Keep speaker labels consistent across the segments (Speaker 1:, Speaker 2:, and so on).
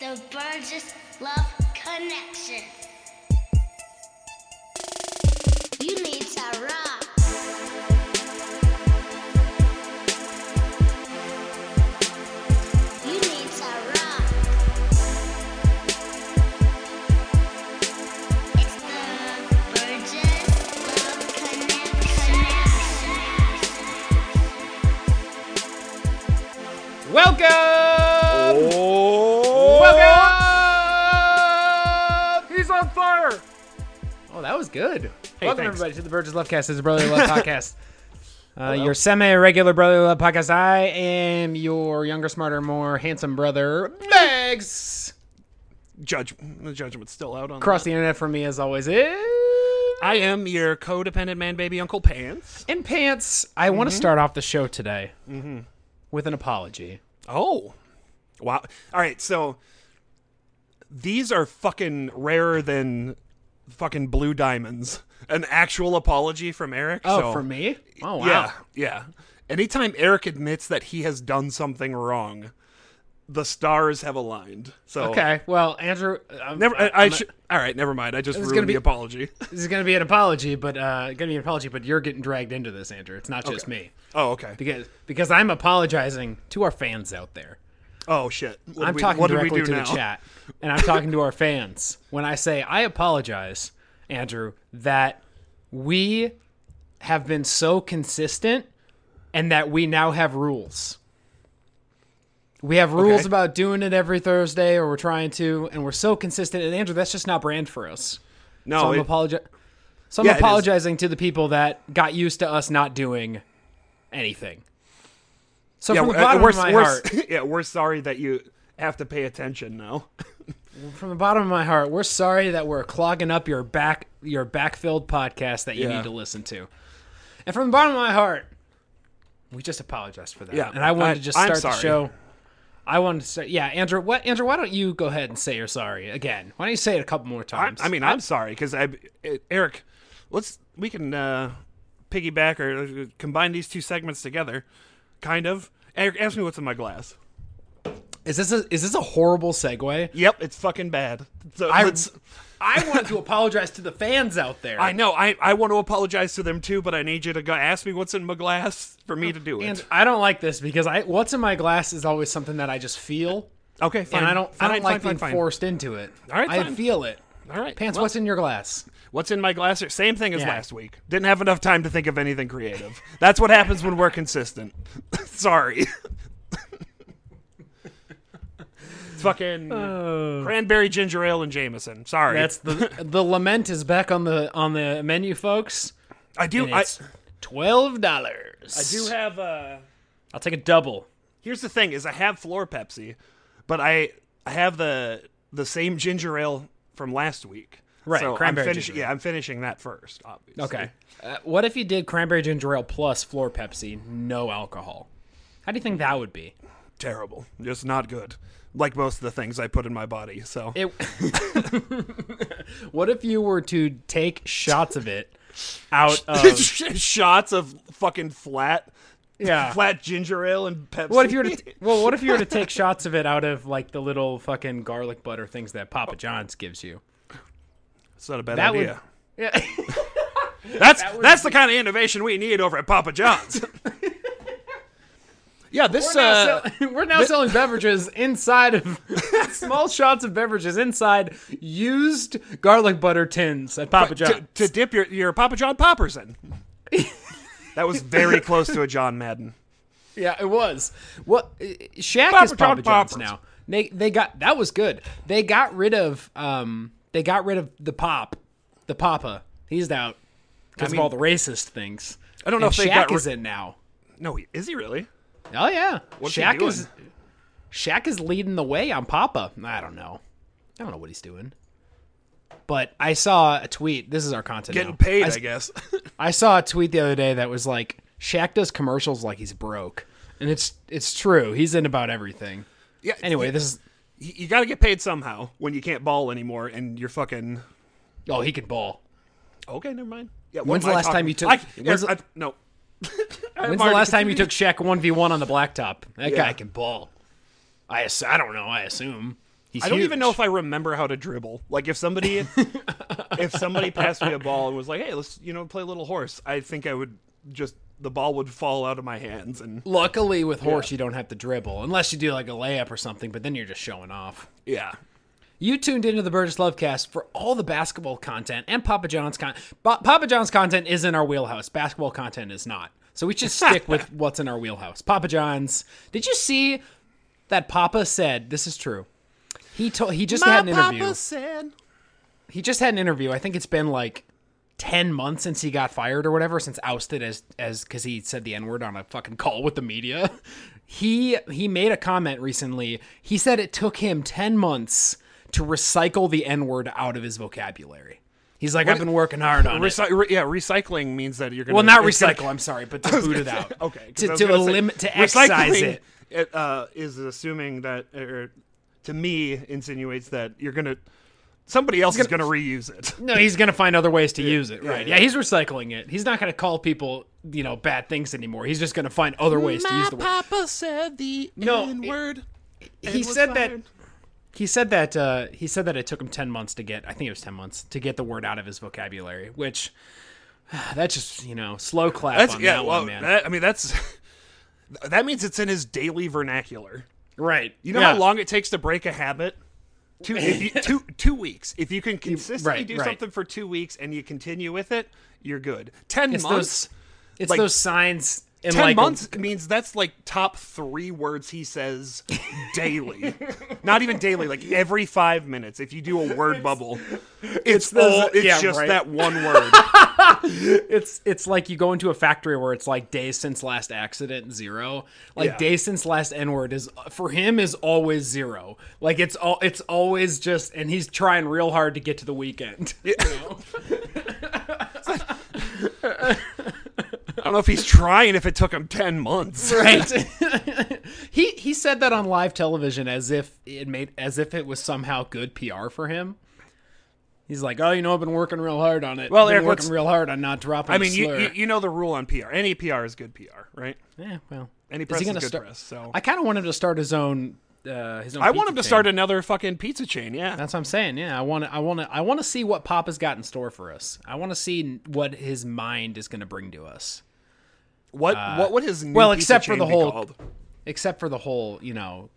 Speaker 1: the Burgess Love Connection. You need to rock. You need to rock. It's the Burgess Love Connection.
Speaker 2: Welcome!
Speaker 3: Oh.
Speaker 2: Welcome!
Speaker 3: He's on fire!
Speaker 2: Oh, that was good.
Speaker 3: Hey,
Speaker 2: Welcome,
Speaker 3: thanks.
Speaker 2: everybody, to the Burgess Lovecast. This is Brotherly Love Podcast. Uh, your semi regular Brotherly Love Podcast. I am your younger, smarter, more handsome brother, Max.
Speaker 3: Judge, the judgment's still out on
Speaker 2: Across
Speaker 3: that.
Speaker 2: the internet from me, as always, is.
Speaker 3: I am your codependent man, baby, Uncle Pants.
Speaker 2: And Pants, I want to
Speaker 3: Mm-hmm.
Speaker 2: start off the show today with an apology.
Speaker 3: Oh, wow! All right, so these are fucking rarer than fucking blue diamonds. An actual apology from Eric.
Speaker 2: Oh,
Speaker 3: so,
Speaker 2: for me? Oh, wow.
Speaker 3: Yeah, yeah. Anytime Eric admits that he has done something wrong, the stars have aligned. So
Speaker 2: Okay, well, Andrew, uh, I'm,
Speaker 3: Never. I,
Speaker 2: I'm
Speaker 3: I
Speaker 2: not-
Speaker 3: should- all right. Never mind. I just
Speaker 2: is
Speaker 3: ruined
Speaker 2: gonna
Speaker 3: the
Speaker 2: be-
Speaker 3: apology.
Speaker 2: this is gonna be an apology, but uh, gonna be an apology, but you're getting dragged into this, Andrew. It's not just me.
Speaker 3: Oh, okay.
Speaker 2: because because I'm apologizing to our fans out there.
Speaker 3: Oh shit. What do
Speaker 2: I'm
Speaker 3: we-
Speaker 2: talking
Speaker 3: what do we
Speaker 2: directly
Speaker 3: do
Speaker 2: to
Speaker 3: now?
Speaker 2: the chat, and I'm talking to our fans when I say I apologize, Andrew, that we have been so consistent and that we now have rules. We have rules
Speaker 3: Okay.
Speaker 2: about doing it every Thursday, or we're trying to, and we're so consistent. And Andrew, that's just not brand for us.
Speaker 3: No.
Speaker 2: So I'm,
Speaker 3: Oh, it-
Speaker 2: apologi- so I'm
Speaker 3: Yeah, it is.
Speaker 2: apologizing to the people that got used to us not doing anything. So
Speaker 3: yeah, uh,
Speaker 2: from the
Speaker 3: we're,
Speaker 2: bottom
Speaker 3: we're,
Speaker 2: of my
Speaker 3: we're-
Speaker 2: heart,
Speaker 3: yeah, we're sorry that you have to pay attention now.
Speaker 2: from the bottom of my heart, we're sorry that we're clogging up your back your backfilled podcast that you
Speaker 3: Yeah.
Speaker 2: need to listen to. And from the bottom of my heart, we just apologize for that.
Speaker 3: Yeah,
Speaker 2: and I wanted
Speaker 3: I-
Speaker 2: to just
Speaker 3: I'm
Speaker 2: start the
Speaker 3: sorry.
Speaker 2: show. I wanted to say, yeah, Andrew. What, Andrew? Why don't you go ahead and say you're sorry again? Why don't you say it a couple more
Speaker 3: I,
Speaker 2: times?
Speaker 3: I mean, I'm sorry because I, eh, Eric, let's we can uh, piggyback or uh, combine these two segments together, kind of. Eric, ask me what's in my glass.
Speaker 2: is this a is this a horrible segue?
Speaker 3: Yep, it's fucking bad. So
Speaker 2: I,
Speaker 3: let's-
Speaker 2: I wanted to apologize to the fans out there.
Speaker 3: I know. I, I want to apologize to them too, but I need you to go ask me what's in my glass for me to do it.
Speaker 2: and I don't like this because I what's in my glass is always something that I just feel,
Speaker 3: okay, fine.
Speaker 2: and I don't
Speaker 3: Fine,
Speaker 2: I don't like
Speaker 3: fine,
Speaker 2: being
Speaker 3: fine, fine.
Speaker 2: forced into it.
Speaker 3: All right,
Speaker 2: I
Speaker 3: fine.
Speaker 2: feel it.
Speaker 3: All right,
Speaker 2: Pants,
Speaker 3: well,
Speaker 2: what's in your glass?
Speaker 3: What's in my glass? are- Same thing as
Speaker 2: Yeah.
Speaker 3: last week. Didn't have enough time to think of anything creative. That's what happens when we're consistent. Sorry. It's fucking cranberry ginger ale and Jameson. Sorry.
Speaker 2: Oh. That's the the lament is back on the on the menu, folks.
Speaker 3: I do.
Speaker 2: And
Speaker 3: I,
Speaker 2: it's twelve dollars.
Speaker 3: I do have. Uh,
Speaker 2: I'll take a double.
Speaker 3: here's the thing: is I have floor Pepsi, but I I have the the same ginger ale from last week.
Speaker 2: Right,
Speaker 3: So I'm
Speaker 2: cranberry
Speaker 3: finish-
Speaker 2: ginger ale.
Speaker 3: Yeah, I'm finishing that first. Obviously.
Speaker 2: Okay. Uh, what if you did cranberry ginger ale plus floor Pepsi, no alcohol? How do you think that would be?
Speaker 3: Terrible. Just not good. Like most of the things I put in my body. So
Speaker 2: It. what if you were to take shots of it out of
Speaker 3: shots of fucking flat,
Speaker 2: yeah?
Speaker 3: flat ginger ale and Pepsi.
Speaker 2: What if you were to well? What if you were to take shots of it out of like the little fucking garlic butter things that Papa John's gives you?
Speaker 3: It's not a bad
Speaker 2: That would-
Speaker 3: idea.
Speaker 2: Yeah.
Speaker 3: That's that's the kind of innovation we need over at Papa John's. yeah, this
Speaker 2: We're now,
Speaker 3: uh,
Speaker 2: sell- we're now selling beverages inside of small shots of beverages inside used garlic butter tins at Papa John's.
Speaker 3: to, to dip your your Papa John poppers in. that was very close to a John Madden.
Speaker 2: yeah, it was. What uh, Shaq
Speaker 3: Papa
Speaker 2: is Papa
Speaker 3: John
Speaker 2: John's
Speaker 3: poppers.
Speaker 2: now. They they got that was good. They got rid of um they got rid of the pop, the Papa. He's out because
Speaker 3: mean-
Speaker 2: of all the racist things.
Speaker 3: I don't know
Speaker 2: And
Speaker 3: if they
Speaker 2: Shaq
Speaker 3: got rid-
Speaker 2: is in now.
Speaker 3: No, is he really?
Speaker 2: Oh yeah,
Speaker 3: What's he
Speaker 2: Shaq
Speaker 3: doing?
Speaker 2: is Shaq is leading the way on Papa. I don't know. I don't know what he's doing. But I saw a tweet. This is our content.
Speaker 3: Getting
Speaker 2: now.
Speaker 3: paid,
Speaker 2: I,
Speaker 3: I guess.
Speaker 2: I saw a tweet the other day that was like Shaq does commercials like he's broke, and it's it's true. He's in about everything.
Speaker 3: yeah.
Speaker 2: Anyway, this is
Speaker 3: you, you got to get paid somehow when you can't ball anymore and you're fucking
Speaker 2: oh he can ball.
Speaker 3: Okay, never mind. Yeah, what
Speaker 2: When's
Speaker 3: am
Speaker 2: the
Speaker 3: I
Speaker 2: last
Speaker 3: talking-
Speaker 2: time you took-
Speaker 3: I,
Speaker 2: when's
Speaker 3: I-
Speaker 2: the-
Speaker 3: no.
Speaker 2: When's the last time you took Shaq one v one on the blacktop? That
Speaker 3: Yeah.
Speaker 2: guy can ball. I ass- I don't know. I assume He's
Speaker 3: I don't even
Speaker 2: huge.
Speaker 3: know if I remember how to dribble. Like if somebody if somebody passed me a ball and was like, "Hey, let's, you know, play little horse." I think I would just the ball would fall out of my hands and
Speaker 2: Luckily, with horse, you don't have to dribble unless you do like a layup or something. But then you're just showing off.
Speaker 3: yeah.
Speaker 2: You tuned into the Burgess Lovecast for all the basketball content and Papa John's content. Papa John's content is in our wheelhouse. Basketball content is not. So we should stick with what's in our wheelhouse. Papa John's. Did you see that Papa said this is true? He told he just had an interview.
Speaker 3: said
Speaker 2: he just had an interview. I think it's been like ten months since he got fired or whatever, since ousted as as because he said the n word on a fucking call with the media. He he made a comment recently. He said it took him ten months to recycle the n word out of his vocabulary. He's like, I've been working hard on it.
Speaker 3: Recy- re- yeah, recycling means that you're going to
Speaker 2: Well, not
Speaker 3: it's gonna-
Speaker 2: recycle. I'm sorry, but to boot it out.
Speaker 3: Okay. 'cause I
Speaker 2: To
Speaker 3: was
Speaker 2: to
Speaker 3: gonna say,
Speaker 2: eliminate to excise
Speaker 3: recycling,
Speaker 2: it.
Speaker 3: It uh, is assuming that, or to me, insinuates that you're gonna somebody else is gonna reuse it.
Speaker 2: No, he's gonna find other ways to use it, right?
Speaker 3: yeah.
Speaker 2: Yeah, he's recycling it. He's not gonna call people, you know, bad things anymore. He's just gonna find other ways to use the word.
Speaker 3: papa said the
Speaker 2: No, N-word he said that he said that uh, he said that it took him 10 months to get i think it was 10 months to get the word out of his vocabulary which that's just you know slow clap
Speaker 3: That's
Speaker 2: on
Speaker 3: yeah.
Speaker 2: that
Speaker 3: well,
Speaker 2: one man
Speaker 3: that, I mean, that's that means it's in his daily vernacular.
Speaker 2: right
Speaker 3: You know how long it takes to break a habit? Two, if you, two, two weeks. If you can consistently
Speaker 2: right,
Speaker 3: do
Speaker 2: right.
Speaker 3: something for two weeks and you continue with it, you're good. Ten
Speaker 2: it's
Speaker 3: months.
Speaker 2: those it's
Speaker 3: like-
Speaker 2: those signs in
Speaker 3: ten
Speaker 2: like a-
Speaker 3: months means that's like top three words he says daily. Not even daily, like every five minutes. If you do a word bubble, it's,
Speaker 2: those-
Speaker 3: all, it's
Speaker 2: yeah,
Speaker 3: just
Speaker 2: right.
Speaker 3: that one word.
Speaker 2: it's it's like you go into a factory where it's like days since last accident zero like
Speaker 3: Yeah.
Speaker 2: days since last n word is for him is always zero like it's all it's always just and he's trying real hard to get to the weekend
Speaker 3: I don't know if he's trying. If it took him ten months,
Speaker 2: right he he said that on live television as if it made as if it was somehow good pr for him he's like oh you know i've been working real hard on it
Speaker 3: Well,
Speaker 2: I've been
Speaker 3: Eric,
Speaker 2: working
Speaker 3: let's-
Speaker 2: real hard on not dropping
Speaker 3: I mean, you,
Speaker 2: slur.
Speaker 3: you you know the rule on PR. Any PR is good PR, right?
Speaker 2: yeah well
Speaker 3: Any
Speaker 2: is
Speaker 3: press
Speaker 2: he
Speaker 3: is
Speaker 2: gonna
Speaker 3: good
Speaker 2: start
Speaker 3: press, so-
Speaker 2: i kind of want him to start his own uh his own
Speaker 3: I
Speaker 2: pizza
Speaker 3: want him to
Speaker 2: chain.
Speaker 3: start another fucking pizza chain. Yeah,
Speaker 2: that's what i'm saying yeah i want to i want to i want to see what papa's got in store for us i want to see what his mind is going to bring to us
Speaker 3: What what would his new
Speaker 2: well,
Speaker 3: pizza
Speaker 2: except for
Speaker 3: chain
Speaker 2: the
Speaker 3: be
Speaker 2: whole-
Speaker 3: called?
Speaker 2: except for the whole you know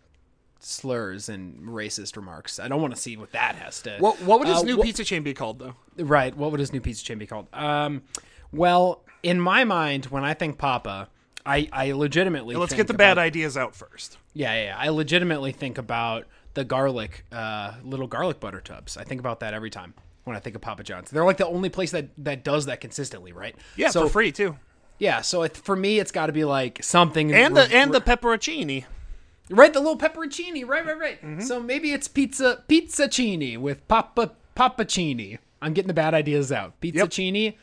Speaker 2: slurs and racist remarks i don't want to see what that has to
Speaker 3: What what would his
Speaker 2: Uh,
Speaker 3: new
Speaker 2: wha-
Speaker 3: pizza chain be called though?
Speaker 2: Right. What would his new pizza chain be called? Um, well, in my mind, when I think Papa, I, I legitimately
Speaker 3: Let's get
Speaker 2: think
Speaker 3: the bad
Speaker 2: about-
Speaker 3: ideas out first.
Speaker 2: Yeah, yeah, yeah. I legitimately think about the garlic, uh, little garlic butter tubs. I think about that every time when I think of Papa John's. They're like the only place that that does that consistently, right?
Speaker 3: Yeah,
Speaker 2: So
Speaker 3: for free too.
Speaker 2: yeah. So it, for me, it's got to be like something
Speaker 3: And the and the pepperoncini.
Speaker 2: right the little pepperoncini. Right, right, right.
Speaker 3: Mm-hmm.
Speaker 2: So maybe it's pizza pizzacini with Papa Papacini. I'm getting the bad ideas out. Pizzacini.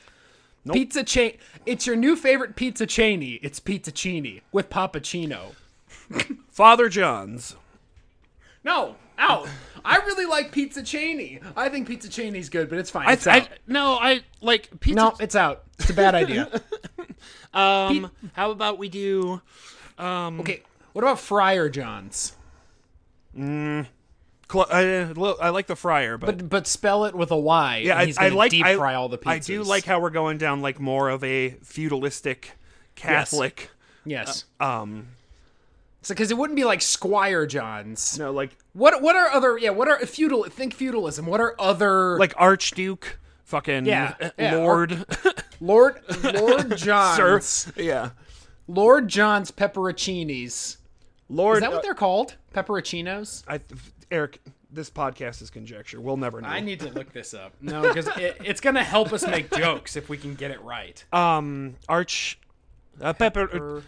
Speaker 2: Pizza chain. It's your new favorite pizza chainy. It's pizza chini with Papacino.
Speaker 3: Father John's.
Speaker 2: No, out. I really like pizza chainy. I think pizza chainy's good, but it's fine.
Speaker 3: I,
Speaker 2: It's
Speaker 3: I
Speaker 2: out.
Speaker 3: no, I like pizza.
Speaker 2: no, it's out. It's a bad idea.
Speaker 3: um, how about we do?
Speaker 2: okay, what about Friar John's?
Speaker 3: Cl- I, lo- I like the fryer, but,
Speaker 2: But but spell it with a Y.
Speaker 3: yeah,
Speaker 2: and
Speaker 3: I,
Speaker 2: he's
Speaker 3: I
Speaker 2: gonna
Speaker 3: like
Speaker 2: deep
Speaker 3: I,
Speaker 2: fry all the pizzas.
Speaker 3: I do like how we're going down like more of a feudalistic Catholic.
Speaker 2: Yes.
Speaker 3: Um,
Speaker 2: because it wouldn't be like Squire John's.
Speaker 3: no, like
Speaker 2: What what are other yeah? What are feudal? Think feudalism. What are other
Speaker 3: like Archduke, fucking
Speaker 2: Yeah,
Speaker 3: uh,
Speaker 2: yeah, or-
Speaker 3: Lord,
Speaker 2: Lord Lord
Speaker 3: Sir,
Speaker 2: John's?
Speaker 3: yeah,
Speaker 2: Lord John's pepperoncinis.
Speaker 3: Lord.
Speaker 2: Is that
Speaker 3: uh,
Speaker 2: what they're called? Pepperoncinos?
Speaker 3: I, Eric, this podcast is conjecture. We'll never know.
Speaker 2: I need to look this up. No, because it, it's going to help us make jokes if we can get it right.
Speaker 3: um, Arch, uh, Pepper,
Speaker 2: Pepper-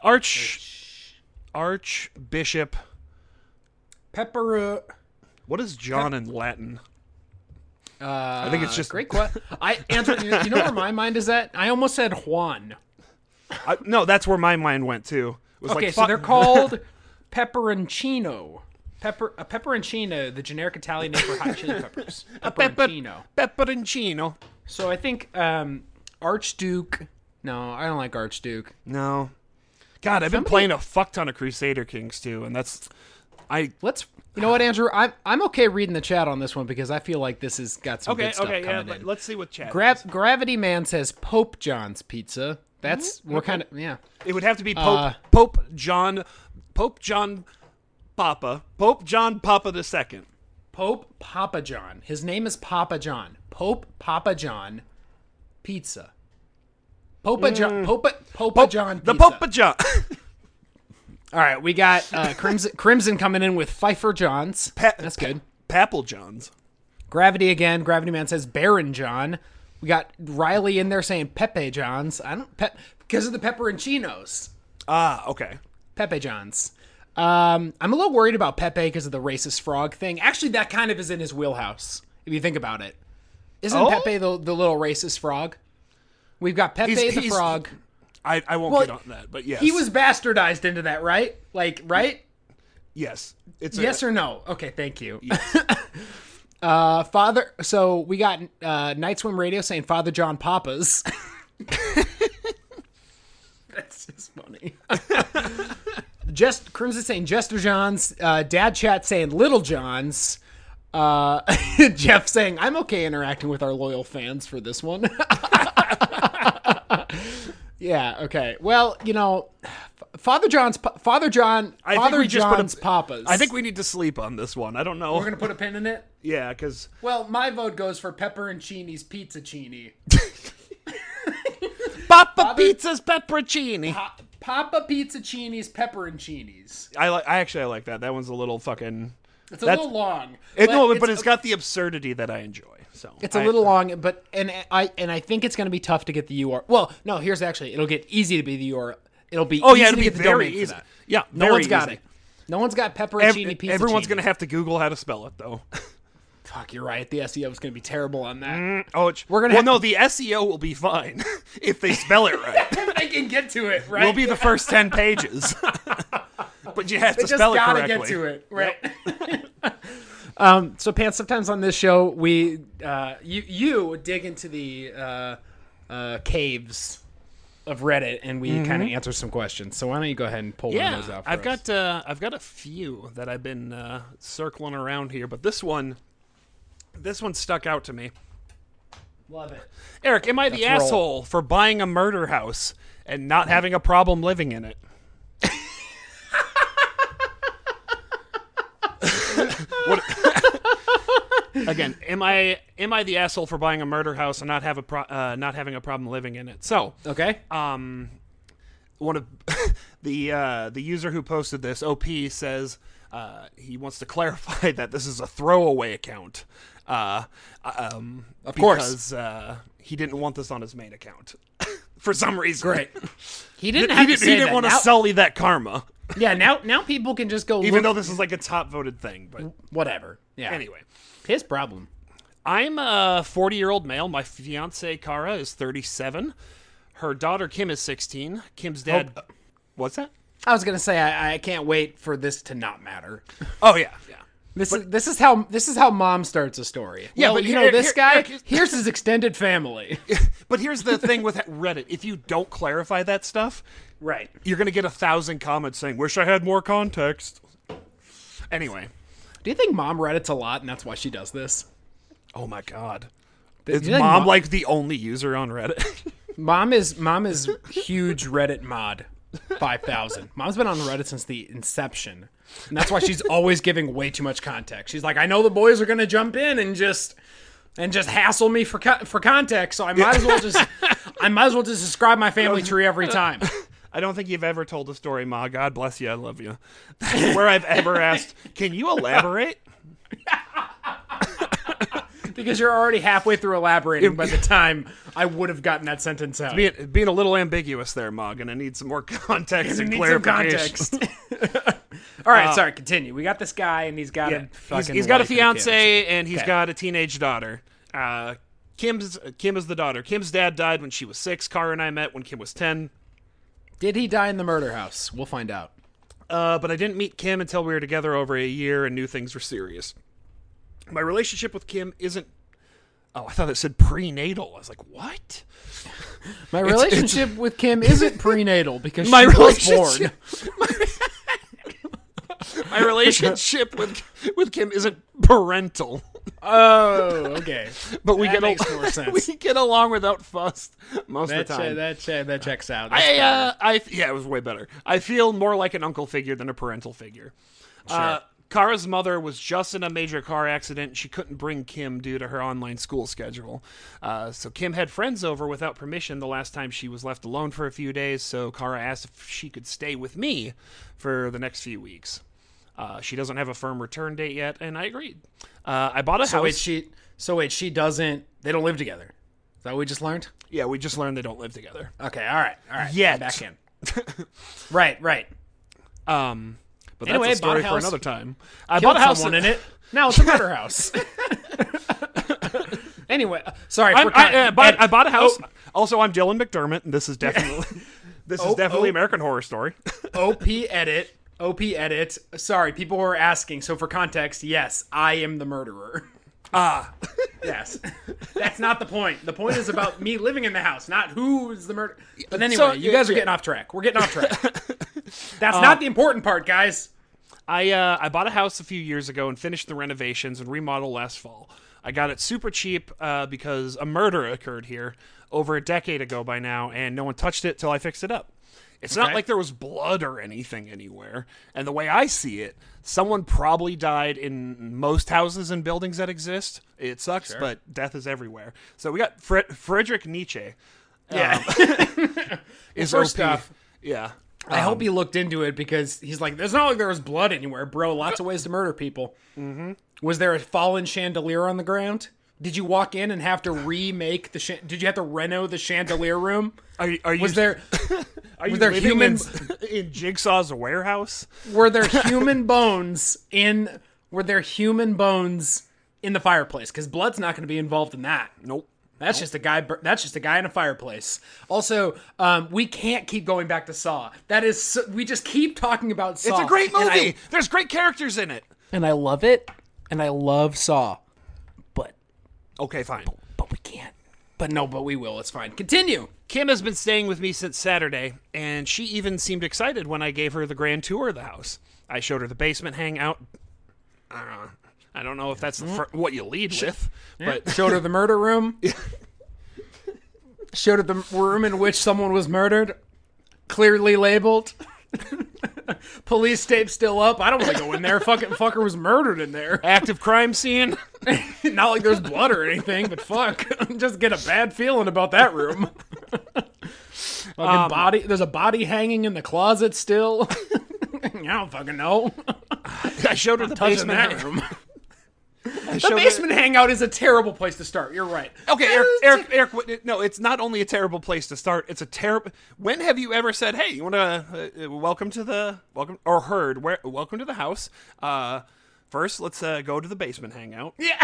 Speaker 3: Arch, Archbishop.
Speaker 2: Pepper.
Speaker 3: What is John in Latin? Uh, I think it's just
Speaker 2: Great question. I Andrew, you, you know where my mind is at? I almost said Juan.
Speaker 3: I, no, that's where my mind went too. It was
Speaker 2: Okay,
Speaker 3: like,
Speaker 2: so
Speaker 3: fuck-
Speaker 2: they're called pepperoncino. Pepper, a pepperoncino, the generic Italian name for hot chili peppers.
Speaker 3: Pepper-
Speaker 2: Pepperoncino.
Speaker 3: Pepperoncino.
Speaker 2: So I think um, Archduke. No, I don't like Archduke.
Speaker 3: No, God, I've been playing a fuck ton of Crusader Kings too, and that's I
Speaker 2: Let's. You know what, Andrew? I'm I'm okay reading the chat on this one because I feel like this has got some
Speaker 3: okay
Speaker 2: good stuff
Speaker 3: okay yeah.
Speaker 2: coming
Speaker 3: let-
Speaker 2: in.
Speaker 3: Let's see what Chad.
Speaker 2: Gra- Gravity Man says Pope John's Pizza. That's
Speaker 3: Mm-hmm.
Speaker 2: we're kind of yeah.
Speaker 3: It would have to be Pope
Speaker 2: Uh,
Speaker 3: Pope John Pope John Papa Pope John Papa the second.
Speaker 2: Pope Papa John. His name is Papa John. Pope Papa John Pizza. Popa John. Popa Popa John. Pizza.
Speaker 3: the Mm. Pope John.
Speaker 2: All right, we got uh, Crimson Crimson coming in with Pfeiffer Johns.
Speaker 3: Pa-
Speaker 2: That's good.
Speaker 3: Papal Johns.
Speaker 2: Gravity again. Gravity Man says Baron John. We got Riley in there saying Pepe Johns. I don't Pe- because of the pepperoncinos.
Speaker 3: Ah, okay.
Speaker 2: Pepe Johns. Um, I'm a little worried about Pepe because of the racist frog thing. Actually, that kind of is in his wheelhouse if you think about it. Isn't
Speaker 3: Oh?
Speaker 2: Pepe the, the little racist frog? We've got Pepe
Speaker 3: He's-
Speaker 2: the
Speaker 3: he's-
Speaker 2: frog.
Speaker 3: I, I won't
Speaker 2: Well,
Speaker 3: get on that, but yes,
Speaker 2: He was bastardized into that, right? Like, right?
Speaker 3: yes. It's
Speaker 2: Yes
Speaker 3: a,
Speaker 2: or no? Okay, thank you. uh, Father, so we got uh, Night Swim Radio saying Father John Papas. That's just funny. just Crimson saying Jester Johns, uh, Dad Chat saying Little Johns, uh, Jeff saying I'm okay interacting with our loyal fans for this one. yeah. Okay. Well, you know, Father John's pa- Father John
Speaker 3: I think
Speaker 2: Father
Speaker 3: we just put a-
Speaker 2: John's Papas.
Speaker 3: I think we need to sleep on this one. I don't know.
Speaker 2: We're gonna put a pin in it.
Speaker 3: yeah, because
Speaker 2: Well, my vote goes for Pepperoncini's Pizza Chini.
Speaker 3: Papa Pizza's pepperoncini.
Speaker 2: Pa- Papa Pizza Chini's Pepperoncinis.
Speaker 3: I like. I actually I like that. That one's a little fucking.
Speaker 2: It's a
Speaker 3: That's-
Speaker 2: little long.
Speaker 3: It, no, but
Speaker 2: it's
Speaker 3: it's got the absurdity that I enjoy. So
Speaker 2: It's a little long, but and I and I think it's going to be tough to get the URL. Well, no, here's actually it'll get easy to be the URL. It'll be
Speaker 3: Oh
Speaker 2: easy
Speaker 3: yeah,
Speaker 2: to
Speaker 3: it'd be
Speaker 2: get the
Speaker 3: very
Speaker 2: domain for
Speaker 3: easy.
Speaker 2: that.
Speaker 3: Yeah,
Speaker 2: No
Speaker 3: very
Speaker 2: one's got
Speaker 3: easy.
Speaker 2: it. No one's got
Speaker 3: Ev-
Speaker 2: pepperoncini pizza.
Speaker 3: everyone's gonna have to Google how to spell it though.
Speaker 2: Fuck, you're right. The SEO is gonna be terrible on that.
Speaker 3: Oh, it's,
Speaker 2: We're gonna
Speaker 3: Well,
Speaker 2: have
Speaker 3: no, the SEO will be fine if they spell it right.
Speaker 2: they can get to it, right?
Speaker 3: We'll be the first ten pages, but you have to
Speaker 2: They just
Speaker 3: spell it
Speaker 2: gotta
Speaker 3: correctly.
Speaker 2: get to it, right? um, so, pants. Sometimes on this show, we uh, you you dig into the uh, uh, caves of Reddit, and we kind of answer some questions. So, why don't you go ahead and pull one
Speaker 3: Yeah,
Speaker 2: of those out? For
Speaker 3: I've
Speaker 2: us.
Speaker 3: got uh, I've got a few that I've been uh, circling around here, but this one, this one stuck out to me.
Speaker 2: love it.
Speaker 3: Eric, am I the
Speaker 2: roll.
Speaker 3: asshole for buying a murder house and not having a problem living in it? What- Again, am I am I the asshole for buying a murder house and not have a pro- uh, not having a problem living in it? So,
Speaker 2: Okay.
Speaker 3: um, one of the uh, the user who posted this, OP, says uh, he wants to clarify that this is a throwaway account. Uh, um, of
Speaker 2: course.
Speaker 3: because uh, he didn't want this on his main account for some reason.
Speaker 2: Great. He didn't
Speaker 3: he
Speaker 2: have to
Speaker 3: didn't,
Speaker 2: say
Speaker 3: he didn't
Speaker 2: that.
Speaker 3: want to
Speaker 2: Now-
Speaker 3: sully that karma,
Speaker 2: Yeah. Now, now people can just go
Speaker 3: even
Speaker 2: look,
Speaker 3: though this is like a top voted thing. But
Speaker 2: whatever. Yeah.
Speaker 3: anyway.
Speaker 2: his problem.
Speaker 3: I'm a 40 year old male. My fiance Kara is 37. Her daughter Kim is 16. Kim's dad. Oh, uh, What's that?
Speaker 2: I was gonna say I, I can't wait for this to not matter.
Speaker 3: Oh yeah, yeah.
Speaker 2: This is this is how this is how mom starts a story.
Speaker 3: Yeah,
Speaker 2: well,
Speaker 3: but
Speaker 2: you
Speaker 3: here-
Speaker 2: know this
Speaker 3: here-
Speaker 2: guy.
Speaker 3: here-
Speaker 2: here's his extended family.
Speaker 3: But here's the thing with Reddit: if you don't clarify that stuff,
Speaker 2: right.
Speaker 3: you're gonna get a thousand comments saying, "Wish I had more context." Anyway,
Speaker 2: Do you think mom Reddit's a lot, and that's why she does this?
Speaker 3: oh my god, is
Speaker 2: you think
Speaker 3: mom
Speaker 2: Mo-
Speaker 3: like the only user on Reddit?
Speaker 2: Mom is mom is huge Reddit mod. Five thousand. Mom's been on Reddit since the inception, and that's why she's always giving way too much context. She's like, I know the boys are gonna jump in and just and just hassle me for co- for context, so I might as well just I might as well just describe my family tree every time.
Speaker 3: I don't think you've ever told a story, Ma. God bless you. I love you. That's where I've ever asked, "Can you elaborate?"
Speaker 2: Because you're already halfway through elaborating by the time I would have gotten that sentence out.
Speaker 3: Being, being a little ambiguous there, Ma. Gonna need some more context and
Speaker 2: Need some
Speaker 3: clarification.
Speaker 2: context. All right, sorry, continue. We got this guy, and he's got
Speaker 3: Yeah.
Speaker 2: a
Speaker 3: He's-
Speaker 2: fucking.
Speaker 3: he's got a
Speaker 2: wife and kids.
Speaker 3: fiance and he's
Speaker 2: Okay.
Speaker 3: got a teenage daughter. Uh, Kim's Kim is the daughter. Kim's dad died when she was six. Kara and I met when Kim was ten.
Speaker 2: Did he die in the murder house? We'll find out.
Speaker 3: Uh, but I didn't meet Kim until we were together over a year and knew things were serious. My relationship with Kim isn't. Oh, I thought it said prenatal. I was like, what?
Speaker 2: My relationship with Kim isn't prenatal because
Speaker 3: My
Speaker 2: she was
Speaker 3: relationship.
Speaker 2: born.
Speaker 3: My relationship with with Kim isn't parental,
Speaker 2: Oh, okay.
Speaker 3: but we
Speaker 2: That
Speaker 3: get al-
Speaker 2: makes more sense.
Speaker 3: we get along without fuss most
Speaker 2: That, uh,
Speaker 3: of the time.
Speaker 2: che- that, che- that checks out. That's
Speaker 3: I, uh, I yeah, it was way better. I feel more like an uncle figure than a parental figure. Uh, Kara's mother was just in a major car accident. She couldn't bring Kim due to her online school schedule. Uh, so Kim had friends over without permission the last time she was left alone for a few days. So Kara asked if she could stay with me for the next few weeks. Uh, she doesn't have a firm return date yet, and I agreed. Uh, I bought a
Speaker 2: So
Speaker 3: house.
Speaker 2: wait, she. So wait, she doesn't. They don't live together. Is that what we just learned?
Speaker 3: yeah, we just learned they don't live together.
Speaker 2: Okay. All right. All right. I'm
Speaker 3: Yet.
Speaker 2: back in. right. Right.
Speaker 3: Um, but
Speaker 2: Anyway,
Speaker 3: that's a
Speaker 2: bought a
Speaker 3: story for
Speaker 2: house.
Speaker 3: another time. I
Speaker 2: Killed
Speaker 3: bought a house
Speaker 2: someone in it. Now it's a murder house. anyway, uh, sorry.
Speaker 3: I'm,
Speaker 2: for con-
Speaker 3: I, uh, bought,
Speaker 2: Ed-
Speaker 3: I bought a house.
Speaker 2: Oh.
Speaker 3: Also, I'm Dylan McDermott, and this is definitely this is
Speaker 2: Oh,
Speaker 3: definitely
Speaker 2: oh.
Speaker 3: American Horror Story.
Speaker 2: OP edit. OP edit. Sorry, people were asking. So for context, yes, I am the murderer.
Speaker 3: Ah,
Speaker 2: Yes, that's not the point. The point is about me living in the house, not who is the murder. But anyway,
Speaker 3: So,
Speaker 2: you guys are
Speaker 3: yeah. Uh,
Speaker 2: getting off track. We're getting off track. That's not the important part, guys.
Speaker 3: I uh, I bought a house a few years ago and finished the renovations and remodel last fall. I got it super cheap uh, because a murder occurred here over a decade ago by now, and no one touched it till I fixed it up. It's not
Speaker 2: Okay.
Speaker 3: like there was blood or anything anywhere. And the way I see it, someone probably died in most houses and buildings that exist. It sucks, but death is everywhere. So we got Fre- Frederick Nietzsche. uh,
Speaker 2: Yeah.
Speaker 3: is
Speaker 2: first
Speaker 3: OP.
Speaker 2: off-
Speaker 3: Yeah.
Speaker 2: I
Speaker 3: Um,
Speaker 2: hope he looked into it because he's like, there's not like there was blood anywhere, bro. Lots of ways to murder people. Mm-hmm. Was there a fallen chandelier on the ground? Did you walk in and have to remake the? Sh- Did you have to reno the chandelier room?
Speaker 3: Are, you- are you
Speaker 2: Was there
Speaker 3: are
Speaker 2: were there
Speaker 3: living in
Speaker 2: humans-
Speaker 3: s- in Jigsaw's warehouse?
Speaker 2: were there human bones in? Were there human bones in the fireplace? Because blood's not going to be involved in that.
Speaker 3: Nope.
Speaker 2: That's just a guy. bur- That's just a guy in a fireplace. Also, um, we can't keep going back to Saw. That is, so, we just keep talking about Saw.
Speaker 3: It's a great
Speaker 2: and I-
Speaker 3: movie. There's great characters in it.
Speaker 2: and I love it, and I love Saw, but
Speaker 3: Okay, fine.
Speaker 2: but we can't. But no, but we will. It's fine. Continue.
Speaker 3: Kim has been staying with me since Saturday, and she even seemed excited when I gave her the grand tour of the house. I showed her the basement hangout. I don't know. I don't know if that's the fir- what you lead with, but
Speaker 2: Showed her the murder room. Showed her the room in which someone was murdered, clearly labeled. Police tape still up. I don't want to go in there. Fucking fucker was murdered in there.
Speaker 3: active crime scene.
Speaker 2: Not like there's blood or anything, but fuck, just get a bad feeling about that room. fucking body. There's a body hanging in the closet still. I don't fucking know.
Speaker 3: I showed her the
Speaker 2: touching
Speaker 3: basement.
Speaker 2: that
Speaker 3: hang-
Speaker 2: room.
Speaker 3: I
Speaker 2: The
Speaker 3: showed her-
Speaker 2: basement hangout is a terrible place to start. You're right.
Speaker 3: Okay, Eric, Eric, Eric, what- no, it's not only a terrible place to start. It's a terrible. When have you ever said, "Hey, you want to uh, uh, welcome to the welcome or heard where welcome to the house"? Uh, first, let's uh, go to the basement hangout.
Speaker 2: Yeah.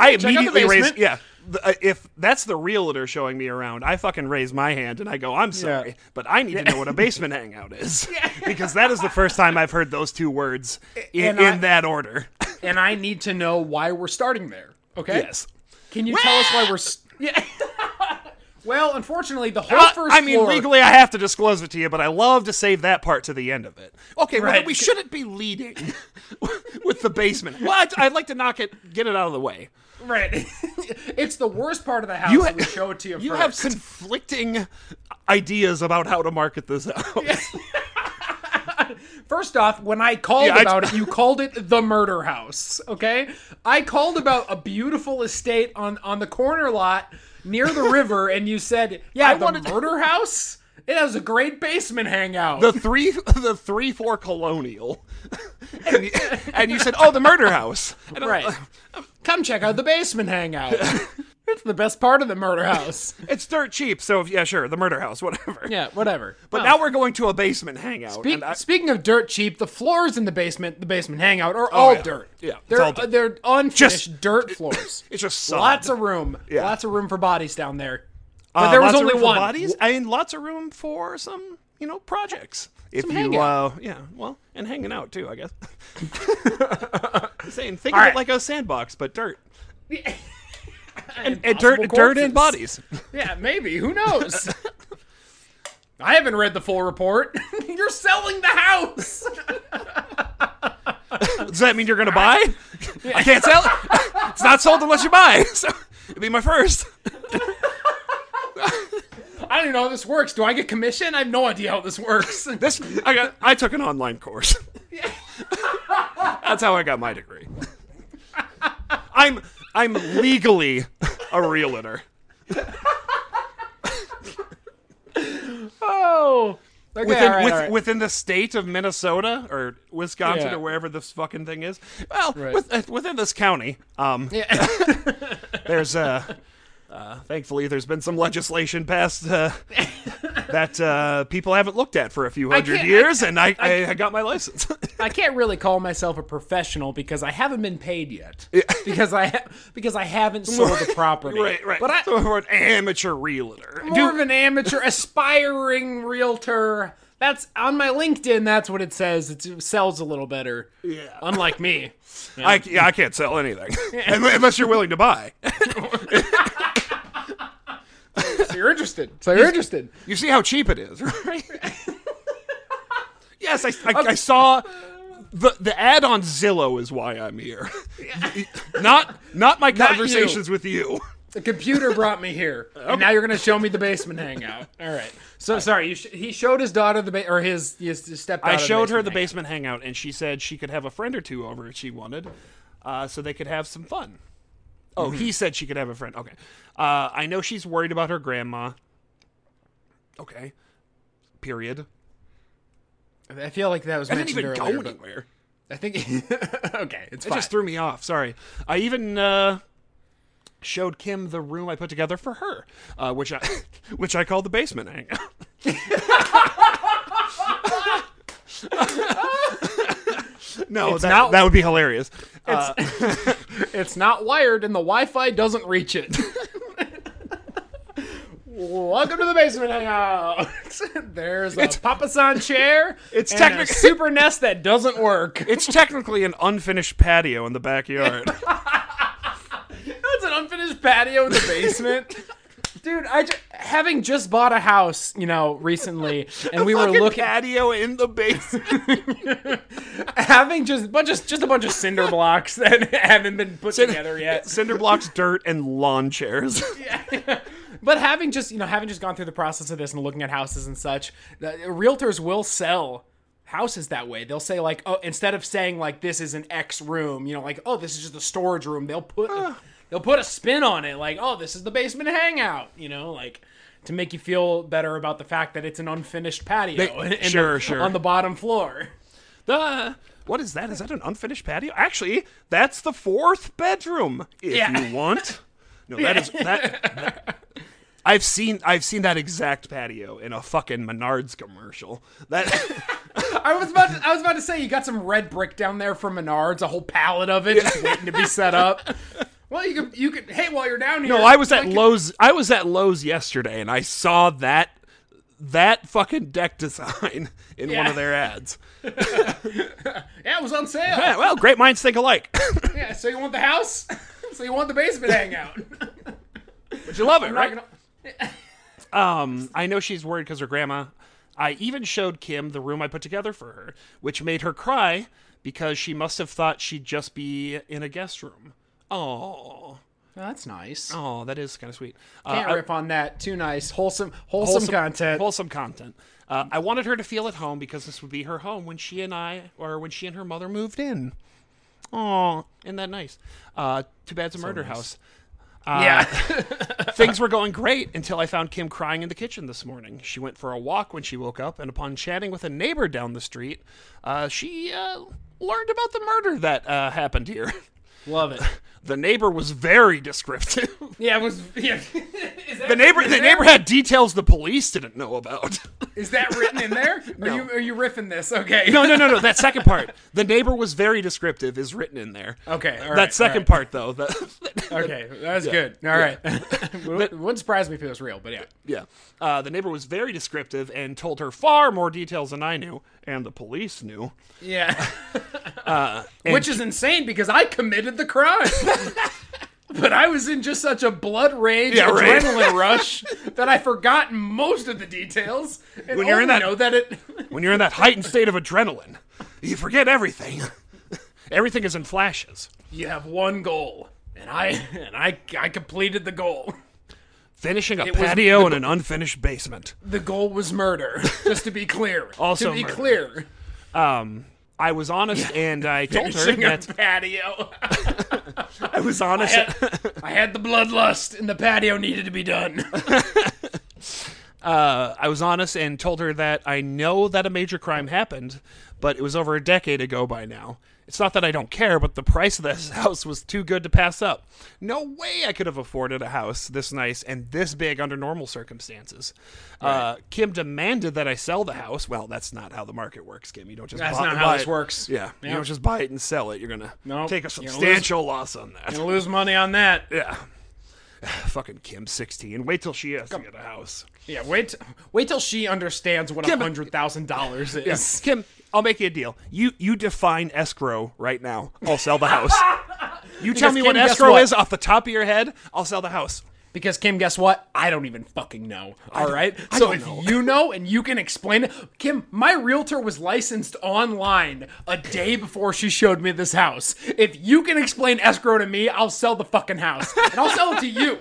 Speaker 3: I
Speaker 2: out the
Speaker 3: immediately raise.
Speaker 2: basement.
Speaker 3: Yeah, the, uh, if that's the realtor showing me around, I fucking raise my hand and I go, "I'm sorry, but I need to know what a basement hangout is," because that is the first time I've heard those two words in,
Speaker 2: And I-
Speaker 3: in that order.
Speaker 2: and I need to know why we're starting there. Okay.
Speaker 3: yes.
Speaker 2: Can you tell us why we're? s yeah. well, unfortunately, the whole
Speaker 3: Well,
Speaker 2: first.
Speaker 3: Uh, I mean,
Speaker 2: floor-
Speaker 3: legally, I have to disclose it to you, but I love to save that part to the end of it. Okay, well,
Speaker 2: Right.
Speaker 3: we shouldn't be leading with the basement. Well, I'd, I'd like to knock it, get it out of the way.
Speaker 2: right. it's the worst part of the house.
Speaker 3: You
Speaker 2: You
Speaker 3: ha-
Speaker 2: we show it to you.
Speaker 3: You
Speaker 2: first.
Speaker 3: have conflicting ideas about how to market this out.
Speaker 2: First off, when I called
Speaker 3: Yeah, I-
Speaker 2: about it, you called it the murder house. Okay, I called about a beautiful estate on on the corner lot near the river, and you said, "Yeah,
Speaker 3: I
Speaker 2: the
Speaker 3: wanted-
Speaker 2: murder house. It has a great basement hangout."
Speaker 3: The three, the three, four colonial, and, you- and you said, "Oh, the murder house." And I'm-
Speaker 2: right. Come check out the basement hangout. it's the best part of the murder house.
Speaker 3: It's dirt cheap, so yeah, sure, the murder house, whatever.
Speaker 2: Yeah, whatever.
Speaker 3: But now we're going to a basement hangout.
Speaker 2: Speak,
Speaker 3: and I-
Speaker 2: speaking of dirt cheap, the floors in the basement, the basement hangout, are all
Speaker 3: Oh, yeah.
Speaker 2: dirt.
Speaker 3: Yeah, it's
Speaker 2: they're
Speaker 3: all dirt.
Speaker 2: they're unfinished
Speaker 3: Just-
Speaker 2: dirt floors.
Speaker 3: it's just sod.
Speaker 2: lots of room.
Speaker 3: Yeah.
Speaker 2: Lots of room for bodies down there.
Speaker 3: Uh,
Speaker 2: But there was
Speaker 3: lots of
Speaker 2: only
Speaker 3: room for
Speaker 2: one.
Speaker 3: Bodies and lots of room for some, you know, projects. If
Speaker 2: Some
Speaker 3: you,
Speaker 2: hangout.
Speaker 3: uh, yeah, well, and hanging out too, I guess. Saying, think
Speaker 2: All
Speaker 3: of it
Speaker 2: right.
Speaker 3: like a sandbox, but dirt,
Speaker 2: and,
Speaker 3: and dirt,
Speaker 2: possible
Speaker 3: dirt and
Speaker 2: corpses.
Speaker 3: bodies.
Speaker 2: Yeah, maybe. Who knows? I haven't read the full report. You're selling the house.
Speaker 3: Does that mean you're gonna buy? I can't sell it. It's not sold unless you buy. So it'd be my first.
Speaker 2: I don't even know how this works. Do I get commission? I have no idea how this works.
Speaker 3: This I got. I took an online course. That's how I got my degree. I'm I'm legally a realtor.
Speaker 2: oh. Okay,
Speaker 3: within,
Speaker 2: all right,
Speaker 3: with,
Speaker 2: all right.
Speaker 3: within the state of Minnesota or Wisconsin
Speaker 2: Yeah.
Speaker 3: or wherever this fucking thing is. Well,
Speaker 2: Right.
Speaker 3: with, uh, within this county, um,
Speaker 2: Yeah.
Speaker 3: there's uh, uh, thankfully there's been some legislation passed uh, that uh, people haven't looked at for a few hundred
Speaker 2: can't- I-
Speaker 3: years, and I, I, I got my license.
Speaker 2: I can't really call myself a professional because I haven't been paid yet. Because I ha- because I haven't sold the property.
Speaker 3: right, right.
Speaker 2: But I,
Speaker 3: so we're an amateur realtor.
Speaker 2: more of an amateur, aspiring realtor. That's on my LinkedIn. That's what it says. It's, it sells a little better.
Speaker 3: Yeah.
Speaker 2: Unlike me.
Speaker 3: I, yeah, I can't sell anything unless you're willing to buy.
Speaker 2: So you're interested. So you're interested.
Speaker 3: You see how cheap it is, right? yes, I, I, I saw the the ad on Zillow is why I'm here. not not my conversations with you.
Speaker 2: The computer brought me here, and now you're going to show me the basement hangout. All right. So sorry. You sh- he showed his daughter the ba- or his his, his stepdaughter.
Speaker 3: I showed her the
Speaker 2: basement.
Speaker 3: basement hangout, and she said she could have a friend or two over if she wanted, uh, so they could have some fun. Oh, he said she could have a friend. Okay, uh, I know she's worried about her grandma. Okay, period.
Speaker 2: hangout. I feel like that was
Speaker 3: I didn't
Speaker 2: mentioned
Speaker 3: even go
Speaker 2: earlier, but
Speaker 3: anywhere.
Speaker 2: I think okay. It's
Speaker 3: It
Speaker 2: fine.
Speaker 3: just threw me off. Sorry. I even uh, showed Kim the room I put together for her, uh, which I which I called the basement hangout. no, that,
Speaker 2: not-
Speaker 3: that would be hilarious. Uh,
Speaker 2: It's not wired and the Wi-Fi doesn't reach it. Welcome to the basement hangout. There's a Papa San chair.
Speaker 3: It's
Speaker 2: and a
Speaker 3: technic-
Speaker 2: super nest that doesn't work.
Speaker 3: it's technically an unfinished patio in the backyard.
Speaker 2: That's an unfinished patio in the basement. Dude, I ju- having just bought a house, you know, recently, and we were
Speaker 3: Fucking
Speaker 2: looking
Speaker 3: patio in the basement.
Speaker 2: having just bunch of just a bunch of cinder blocks that haven't been put together yet.
Speaker 3: Cinder blocks, dirt, and lawn chairs.
Speaker 2: But having just you know having just gone through the process of this and looking at houses and such, the, realtors will sell houses that way. They'll say like, oh, instead of saying like this is an X room, you know, like oh this is just a storage room. They'll put they'll put a spin on it, like oh this is the basement hangout, you know, like to make you feel better about the fact that it's an unfinished patio in the-
Speaker 3: sure, sure.
Speaker 2: on the bottom floor.
Speaker 3: Uh, what is that? Is that an unfinished patio? Actually, that's the fourth bedroom. If
Speaker 2: Yeah.
Speaker 3: you want, no, that is that, that- I've seen I've seen that exact patio in a fucking Menards commercial. That
Speaker 2: I was about to, I was about to say you got some red brick down there from Menards, a whole pallet of it just waiting to be set up. Well, you could you could hey while you're down here.
Speaker 3: no, I was at
Speaker 2: like-
Speaker 3: Lowe's. I was at Lowe's yesterday, and I saw that that fucking deck design in one
Speaker 2: Yeah.
Speaker 3: of their ads.
Speaker 2: Yeah, it was on sale.
Speaker 3: Yeah, well, great minds think alike.
Speaker 2: Yeah, so you want the house? so you want the basement hangout?
Speaker 3: But you love it, right?
Speaker 2: Right.
Speaker 3: Um, I know she's worried because her grandma. I even showed Kim the room I put together for her, which made her cry because she must have thought she'd just be in a guest room. Oh,
Speaker 2: that's nice.
Speaker 3: oh, that is kind of sweet. Uh,
Speaker 2: Can't
Speaker 3: I-
Speaker 2: rip on that. Too nice. Wholesome, wholesome, content.
Speaker 3: Wholesome content. Uh, I wanted her to feel at home because this would be her home when she and I, or when she and her mother moved in. Oh, isn't that nice? Uh, too bad's a murder house.
Speaker 2: Uh, yeah.
Speaker 3: Things were going great until I found Kim crying in the kitchen this morning. She went for a walk when she woke up, and upon chatting with a neighbor down the street, uh, she uh, learned about the murder that uh, happened here.
Speaker 2: Love it.
Speaker 3: The neighbor was very descriptive.
Speaker 2: Yeah, it was. Yeah. is that,
Speaker 3: The neighbor,
Speaker 2: is
Speaker 3: the
Speaker 2: that-
Speaker 3: neighbor had details the police didn't know about.
Speaker 2: Is that written in there? Are you are you riffing this? Okay.
Speaker 3: No, no, no, no. That second part, the neighbor was very descriptive, is written in there.
Speaker 2: Okay. all right, all
Speaker 3: that second
Speaker 2: right.
Speaker 3: part, though, that,
Speaker 2: Okay, that was good. All right. Wouldn't- Wouldn't surprise me if it was real, but yeah.
Speaker 3: Yeah. Uh, the neighbor was very descriptive and told her far more details than I knew, and the police knew.
Speaker 2: Uh, Yeah. Which is insane because I committed the crime. But I was in just such a blood rage,
Speaker 3: Yeah, right.
Speaker 2: adrenaline rush that I forgot most of the details. And
Speaker 3: When you're in
Speaker 2: only
Speaker 3: that-
Speaker 2: know that it.
Speaker 3: When you're in that heightened state of adrenaline, you forget everything. everything is in flashes.
Speaker 2: you have one goal, and I and I I completed the goal.
Speaker 3: Finishing a
Speaker 2: was-
Speaker 3: patio in an unfinished basement.
Speaker 2: The goal was murder. Just to be clear.
Speaker 3: Also
Speaker 2: to be
Speaker 3: murder.
Speaker 2: clear,
Speaker 3: Um, I was honest and I told her
Speaker 2: finishing a
Speaker 3: that
Speaker 2: patio.
Speaker 3: I was honest.
Speaker 2: I had the bloodlust, and the patio needed to be done.
Speaker 3: uh, I was honest and told her that I know that a major crime happened, but it was over a decade ago by now. It's not that I don't care, but the price of this house was too good to pass up. No way I could have afforded a house this nice and this big under normal circumstances. Uh, Kim demanded that I sell the house. Well, that's not how the market works, Kim. You don't just
Speaker 2: That's
Speaker 3: buy,
Speaker 2: not how
Speaker 3: buy
Speaker 2: this
Speaker 3: it.
Speaker 2: works.
Speaker 3: Yeah, you
Speaker 2: Yeah.
Speaker 3: don't just buy it and sell it. You're gonna
Speaker 2: Nope.
Speaker 3: take a
Speaker 2: You're gonna lose-
Speaker 3: substantial loss on that.
Speaker 2: Gonna lose money on that.
Speaker 3: Yeah. Fucking Kim 16. Wait till she has to get a house.
Speaker 2: Yeah, wait, wait till she understands what
Speaker 3: but-
Speaker 2: hundred thousand dollars is.
Speaker 3: Yes. Kim, I'll make you a deal. You you define escrow right now. I'll sell the house. you tell
Speaker 2: Because,
Speaker 3: me what
Speaker 2: Kim, guess
Speaker 3: escrow
Speaker 2: what?
Speaker 3: is off the top of your head. I'll sell the house.
Speaker 2: Because Kim, guess what? I don't even fucking know. All right.
Speaker 3: I
Speaker 2: So
Speaker 3: don't
Speaker 2: if
Speaker 3: know.
Speaker 2: you know and you can explain it, Kim, my realtor was licensed online a day before she showed me this house. If you can explain escrow to me, I'll sell the fucking house and I'll sell it to you.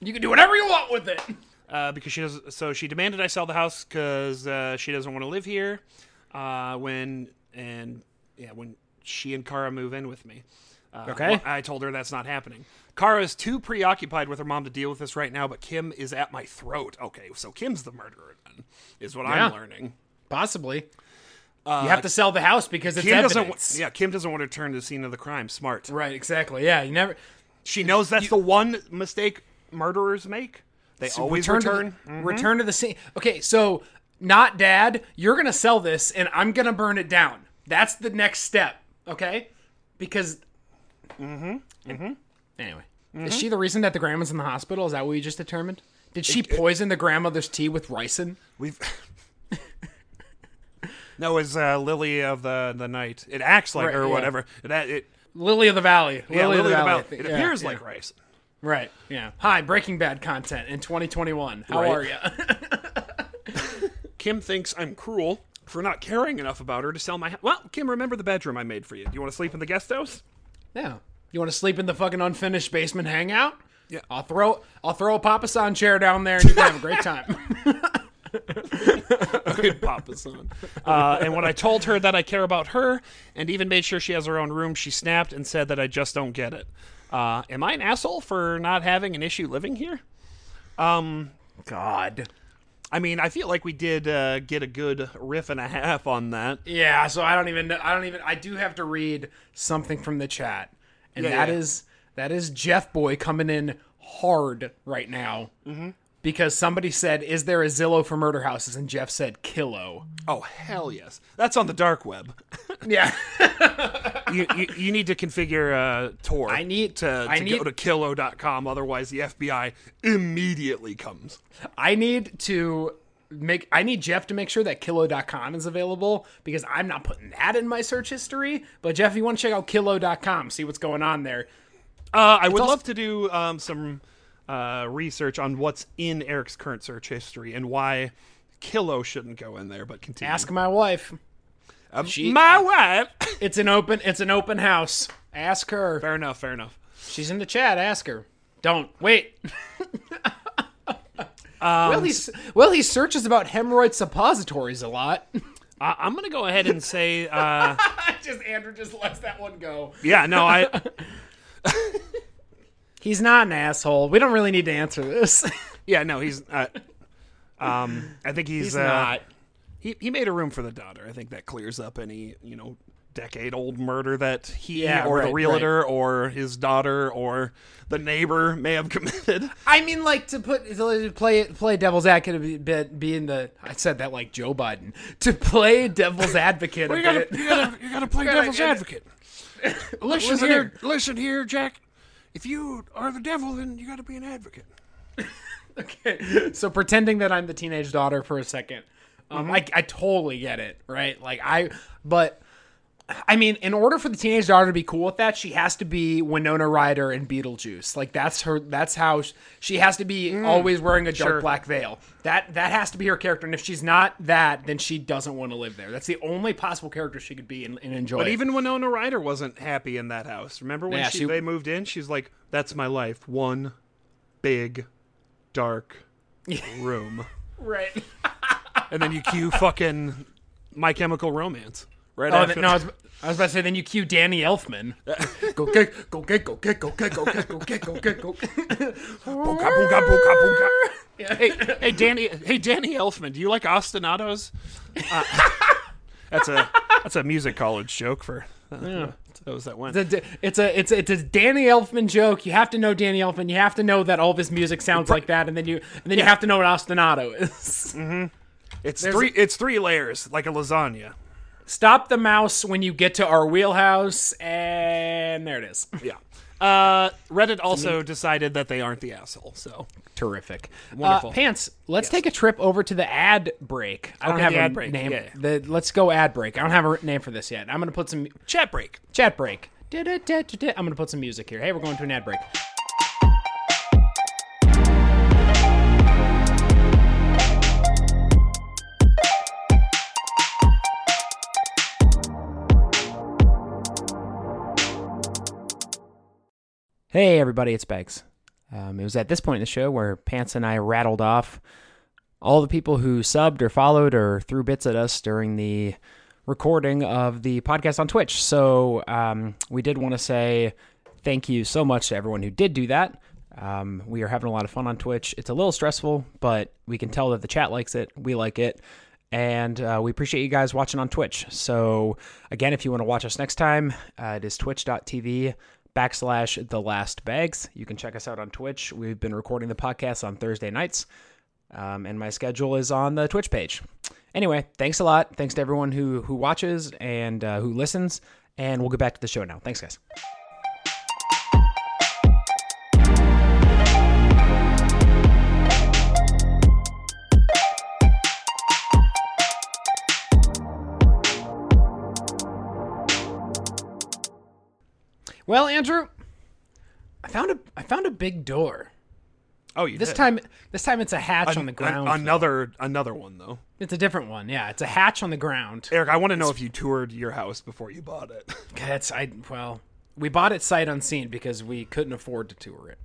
Speaker 2: You can do whatever you want with it.
Speaker 3: Uh, because she does. So she demanded I sell the house because uh, she doesn't want to live here. Uh, when and yeah, when she and Kara move in with me. Uh,
Speaker 2: Okay.
Speaker 3: well, I told her that's not happening. Kara is too preoccupied with her mom to deal with this right now, but Kim is at my throat. Okay, so Kim's the murderer then, is what I'm
Speaker 2: Yeah.
Speaker 3: learning.
Speaker 2: Possibly. you have to sell the house because it's
Speaker 3: Kim doesn't. wa-
Speaker 2: evidence.
Speaker 3: Yeah, Kim doesn't want to return to the scene of the crime. Smart.
Speaker 2: Right. Exactly. Yeah. You never.
Speaker 3: She knows that's the one mistake murderers make. They always
Speaker 2: return
Speaker 3: return. Mm-hmm.
Speaker 2: to the, return to the scene. Okay, so not dad, you're gonna sell this, and I'm gonna burn it down. That's the next step, okay? Because. Mm-hmm.
Speaker 3: Mm-hmm.
Speaker 2: Anyway, is she the reason that the grandma's in the hospital? Is that what we just determined? Did she poison the grandmother's tea with ricin?
Speaker 3: We've. no, it's uh, Lily of the the Night. It acts like
Speaker 2: Right,
Speaker 3: or
Speaker 2: yeah.
Speaker 3: whatever. It, a- it,
Speaker 2: Lily of the Valley. Lily,
Speaker 3: yeah, Lily
Speaker 2: of the Valley.
Speaker 3: Val- It
Speaker 2: Yeah,
Speaker 3: appears
Speaker 2: yeah.
Speaker 3: like rice.
Speaker 2: Right. Yeah. Hi, Breaking Bad content in 2021. How
Speaker 3: Right.
Speaker 2: are you?
Speaker 3: Kim thinks I'm cruel for not caring enough about her to sell my house. Well, Kim, remember the bedroom I made for you. Do you want to sleep in the guest house?
Speaker 2: Yeah. You want to sleep in the fucking unfinished basement hangout?
Speaker 3: Yeah.
Speaker 2: I'll throw I'll throw a Papa San chair down there and you can have a great time.
Speaker 3: Good Papa son. Uh, and when I told her that I care about her and even made sure she has her own room, she snapped and said that I just don't get it. Uh, am I an asshole for not having an issue living here?
Speaker 2: God.
Speaker 3: I mean, I feel like we did uh, get a good riff and a half on that.
Speaker 2: Yeah, so I don't even know I don't even I do have to read something from the chat. And
Speaker 3: Yeah,
Speaker 2: that is
Speaker 3: yeah.
Speaker 2: that is Jeff Boy coming in hard right now.
Speaker 3: Mm-hmm.
Speaker 2: Because somebody said, Is there a Zillow for murder houses? And Jeff said Killo.
Speaker 3: Oh hell yes, that's on the dark web.
Speaker 2: Yeah.
Speaker 3: you, you you need to configure uh, Tor.
Speaker 2: I need-
Speaker 3: to,
Speaker 2: I
Speaker 3: to
Speaker 2: need-
Speaker 3: go to killo.com, otherwise the FBI immediately comes.
Speaker 2: I need to make I need Jeff to make sure that Killo.com is available because I'm not putting that in my search history. But Jeff, if you want to check out Killo.com, see what's going on there.
Speaker 3: Uh, I would
Speaker 2: also-
Speaker 3: love to do um, some uh, research on what's in Eric's current search history and why Killo shouldn't go in there. But continue.
Speaker 2: Ask my wife.
Speaker 3: Um,
Speaker 2: she-
Speaker 3: my wife.
Speaker 2: It's an open it's an open house. Ask her.
Speaker 3: fair enough. Fair enough.
Speaker 2: She's in the chat. Ask her. Don't wait. well, he s- well he searches about hemorrhoid suppositories a lot.
Speaker 3: I, I'm gonna go ahead and say. Uh,
Speaker 2: just Andrew just lets that one go.
Speaker 3: yeah. No. I.
Speaker 2: He's not an asshole. We don't really need to answer this.
Speaker 3: Yeah, no, he's. Uh, um, I think he's,
Speaker 2: He's
Speaker 3: uh,
Speaker 2: not.
Speaker 3: He he made a room for the daughter. I think that clears up any you know decade old murder that he
Speaker 2: Yeah,
Speaker 3: or
Speaker 2: right,
Speaker 3: the realtor or his daughter or the neighbor may have committed.
Speaker 2: I mean, like to put to play play devil's advocate a bit, being the I said that like Joe Biden to play devil's advocate a
Speaker 3: You gotta,
Speaker 2: bit.
Speaker 3: you gotta, you gotta play
Speaker 2: gotta
Speaker 3: devil's
Speaker 2: get it.
Speaker 3: advocate. Listen,
Speaker 2: Listen
Speaker 3: here,
Speaker 2: here.
Speaker 3: listen here, Jack. If you are the devil, then you gotta be an advocate.
Speaker 2: Okay, so pretending that I'm the teenage
Speaker 3: Mm-hmm.
Speaker 2: daughter for a second, um, I I totally get it, right? Like I, but I mean, in order for the teenage daughter to be cool with that, she has to be Winona Ryder and Beetlejuice. Like that's her. That's how sh- she has to be always wearing a dark
Speaker 3: Mm, sure.
Speaker 2: black veil. That that has to be her character. And if she's not that, then she doesn't want to live there. That's the only possible character she could be and, and enjoy.
Speaker 3: But
Speaker 2: it.
Speaker 3: even Winona Ryder wasn't happy in that house. Remember when
Speaker 2: Yeah,
Speaker 3: she,
Speaker 2: she-
Speaker 3: they moved in? She's like, "That's my life. One big, dark room."
Speaker 2: right. Oh,
Speaker 3: And then you cue fucking My Chemical Romance right
Speaker 2: Oh,
Speaker 3: after.
Speaker 2: th- no, I was, I was about to say. Then you cue Danny Elfman. go get, go get, go get, go get, go get, go get, go get, go get.
Speaker 3: Booga, booga, booga, booga.
Speaker 2: Yeah.
Speaker 3: Hey, hey, Danny. Hey, Danny Elfman. Do you like ostinatos? Uh, that's a that's a music college joke for uh, those that went.
Speaker 2: It's a, it's a it's a it's a Danny Elfman joke. You have to know Danny Elfman. You have to know that all of his music sounds like that, and then you and then you have to know what ostinato is.
Speaker 3: It's three. It's three layers like a lasagna.
Speaker 2: Stop the mouse when you get to our wheelhouse, and there it is.
Speaker 3: Yeah. Uh, Reddit also decided that they aren't the asshole. So
Speaker 2: Terrific,
Speaker 3: Wonderful.
Speaker 2: Uh, Pants. Let's take a trip over to the ad break. I don't
Speaker 3: Okay,
Speaker 2: have
Speaker 3: the
Speaker 2: a
Speaker 3: ad break,
Speaker 2: name.
Speaker 3: yeah.
Speaker 2: The, let's go ad break. I don't have a name for this yet. I'm gonna put some
Speaker 3: chat break.
Speaker 2: chat break. Du-du-du-du-du. I'm gonna put some music here. Hey, we're going to an ad break. Hey, everybody, it's Begs. Um, it was at this point in the show where Pants and I rattled off all the people who subbed or followed or threw bits at us during the recording of the podcast on Twitch. So um, we did want to say thank you so much to everyone who did do that. Um, we are having a lot of fun on Twitch. It's a little stressful, but we can tell that the chat likes it. We like it. And uh, we appreciate you guys watching on Twitch. So, again, if you want to watch us next time, uh, it is twitch.tv backslash the last bags. You can check us out on Twitch. We've been recording the podcast on Thursday nights um, and my schedule is on the Twitch page. Anyway, thanks a lot. Thanks to everyone who who watches and uh, who listens. And we'll get back to the show now. Thanks, guys. Well, Andrew, I found a I found a big door.
Speaker 3: Oh, you
Speaker 2: This
Speaker 3: did.
Speaker 2: time, this time it's a hatch on the
Speaker 3: An-
Speaker 2: ground.
Speaker 3: an- another another one though.
Speaker 2: it's a different one. Yeah, it's a hatch on the ground.
Speaker 3: Eric, I want to know if you toured your house before you bought it.
Speaker 2: That's I. Well, we bought it sight unseen because we couldn't afford to tour it.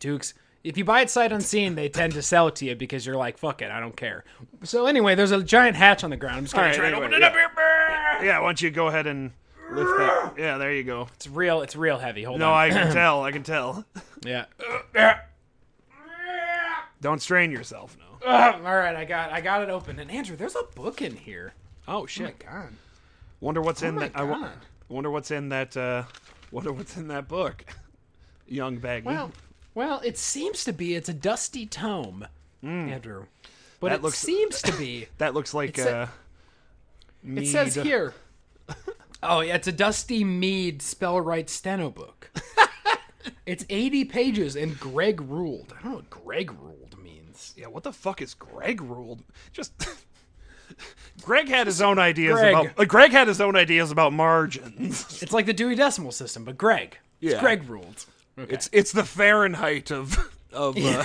Speaker 2: Dukes. If you buy it sight unseen, they tend to sell it to you because you're like, "Fuck it, I don't care." So anyway, there's a giant hatch on the ground. I'm just gonna
Speaker 3: All right,
Speaker 2: try and
Speaker 3: anyway,
Speaker 2: open it up here.
Speaker 3: yeah, why don't you go ahead and lift that? Yeah, there you go.
Speaker 2: It's real. It's real heavy. Hold
Speaker 3: No,
Speaker 2: on.
Speaker 3: I can tell. I can tell.
Speaker 2: yeah.
Speaker 3: Don't strain yourself. No.
Speaker 2: All right, I got. I got it open. And Andrew, there's a book in here.
Speaker 3: Oh
Speaker 2: Oh my
Speaker 3: shit.
Speaker 2: god.
Speaker 3: Wonder what's in
Speaker 2: my
Speaker 3: that. I wo-
Speaker 2: God.
Speaker 3: wonder what's in that. Uh, wonder what's in that book. Young Baggy.
Speaker 2: Well, well, it seems to be it's a dusty tome, Andrew. But
Speaker 3: Hmm. That
Speaker 2: it
Speaker 3: looks-
Speaker 2: seems to be.
Speaker 3: that looks like.
Speaker 2: it sa-
Speaker 3: Uh,
Speaker 2: It says
Speaker 3: mead.
Speaker 2: here. Oh yeah, it's a Dusty Mead spell right steno book. it's eighty pages and Greg ruled. I don't know what Greg ruled means.
Speaker 3: Yeah, what the fuck is Greg ruled? Just Greg had his own ideas
Speaker 2: Greg.
Speaker 3: about. uh, Greg had his own ideas about margins.
Speaker 2: It's like the Dewey Decimal System, but Greg. It's
Speaker 3: Yeah.
Speaker 2: Greg ruled. Okay.
Speaker 3: It's it's the Fahrenheit of of uh,